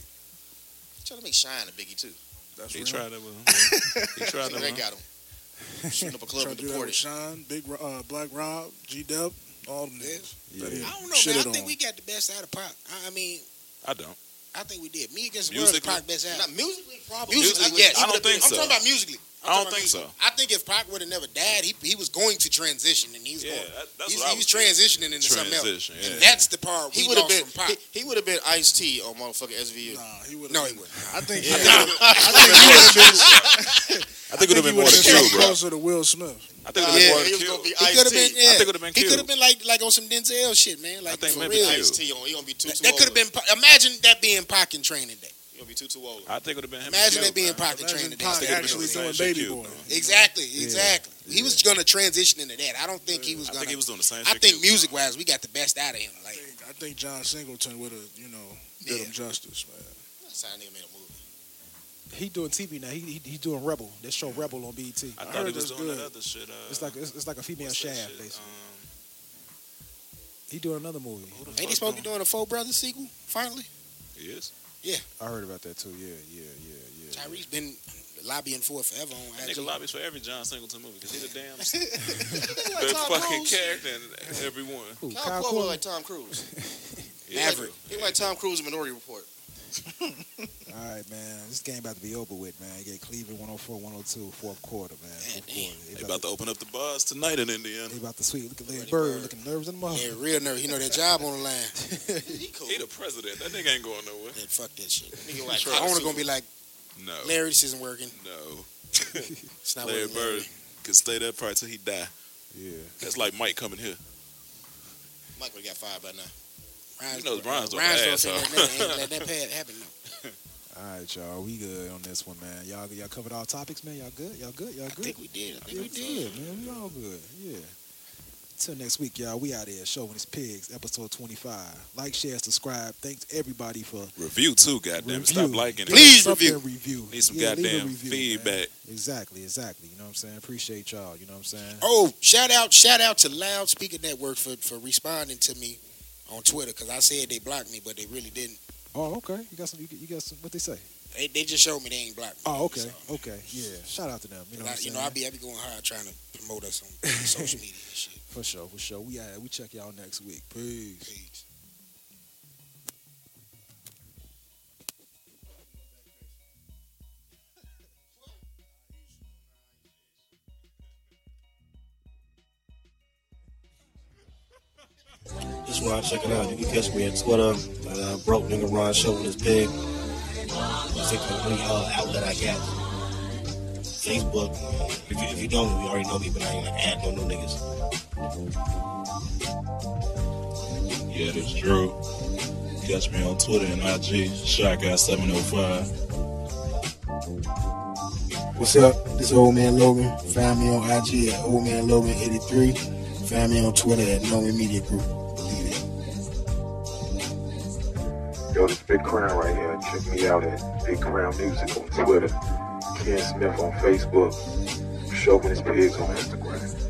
Trying to make Shine a Biggie too. That's He real. tried that with him. He tried See where that. that with him. got him. Shooting up a club Tried and to do that with deported. Shine, Big Ro- uh, Black Rob, G Dub, all them niggas. That he I don't know, shitted man. I on. think we got the best out of pop. I, I mean, I don't. I think we did. Me against the world is Musically? Pac best out. Not musically, probably. Musically, Musically, yes. I don't think I'm so. talking about musically. I'm I don't talking about think musically. I think if Pac would have never died, he he was going to transition, and he was Yeah, going. that- that's he's, what I he was was transitioning into something else, Transition, and yeah. that's the part we He he would have lost been. from Pac. He, would have been Ice T on motherfucking SVU. Nah, he would. no, he wouldn't. I think. Yeah. I think- I think it would have been more would've than Q, something bro. closer to Will Smith. I think it Nah, would have Yeah. been he was more gonna be than Q. He could Ice have T. been. Yeah, I think it would've been He Cube. could have been like like on some Denzel shit, man. Like I think for maybe real. Cube. Ice T on. He gonna be too That, too that old. could have been. Pac- Imagine that being Pac in Training Day. He gonna be oh. too too old. I think it would have been him. and Imagine Cube, that being man. Pac in Training Imagine Day. Pac think it'd be actually the doing same shit Baby Cube Boy. doing. Exactly, exactly. He was going to transition into that. I don't think he was I going. think he was doing the same. I shit think Cube music wise, we got the best out of him. I Like think- I think John Singleton would have, you know, did Yeah. him justice, man. That's how that nigga made a movie. He doing TV now. He, he he's doing Rebel. That show Rebel on E BET. did. I heard thought he was that's doing that good. other shit. uh, It's like it's, it's like a female what's that shaft. shit, Basically, um, he doing another movie. who the Ain't fuck he supposed to doing- be doing a Four Brothers sequel finally? He is. I heard about that too. Yeah, yeah, yeah, yeah. Tyree's been lobbying for it forever on IG. Nigga lobbies for every John Singleton movie because he's the damn the fucking character in every one. Who, Kyle Kyle Cuovo Cool? like Tom Cruise. Yeah. Maverick. He like Tom Cruise in Minority Report. All right, man. This game about to be over with, man. You get Cleveland 104, 102, fourth quarter, man. Fourth damn. quarter. They about to open up the bars tonight in Indiana. They about to sweet. Look at Larry Larry Bird Bird. looking nervous in the mouth. Yeah, real nerve. You know that job on the line. He cool. He the president. That nigga ain't going nowhere. Man, fuck that shit. Nigga like Sure. I Cotton want Soup. to gonna be like No, Larry. This isn't working. no. It's not Oh. Larry working. Bird could stay there probably till he die. Yeah. That's like Mike coming here. Mike would got fired by now. Ryan's- You know Brian's doing Ryan's an gonna asshole. say that nigga ain't let that pad happen. No. All right, y'all. We good on this one, man. Y'all y'all covered all topics, man. Y'all good. Y'all good. Y'all I good. think we did. I Yeah, think we we did. did, man. We all good. Yeah. Till next week, y'all. We out here showing these pigs, episode 25. Like, share, subscribe. Thanks everybody for Review too, review. goddamn. it. Stop liking it. Give us Need something review. review. some Yeah, leave a goddamn review, man. feedback. Exactly, exactly. You know what I'm saying? Appreciate y'all. You know what I'm saying? Oh, shout out, shout out to Loudspeaker Network for for responding to me on Twitter because I said they blocked me, but they really didn't. Oh, okay. You got some. You got, you got some. What they say? They, they just showed me they ain't blocked. Me, Oh, okay, So, okay. Yeah. Shout out to them. You know, and what I, I'm you saying? know, I be I be going hard trying to promote us on social media and shit. for sure, for sure. We out. here. We check y'all next week. Peace. Peace. Just Ron, check it out. You can catch me at Twitter, uh, broke nigga Ron Shovelin is big. That's like the only uh, outlet I got. Facebook. If you, if you don't, you already know me, but I ain't like add no new niggas. Yeah, that's Drew. Catch me on Twitter and IG. Shot oh guy 705. What's up? This old man Logan. Find me on IG at old man Logan83. Find me on Twitter at Norman Media Group. Leave it. Yo, this Big Crown right here. Check me out at Big Crown Music on Twitter, Ken Smith on Facebook, Chauvinist Pigs on Instagram.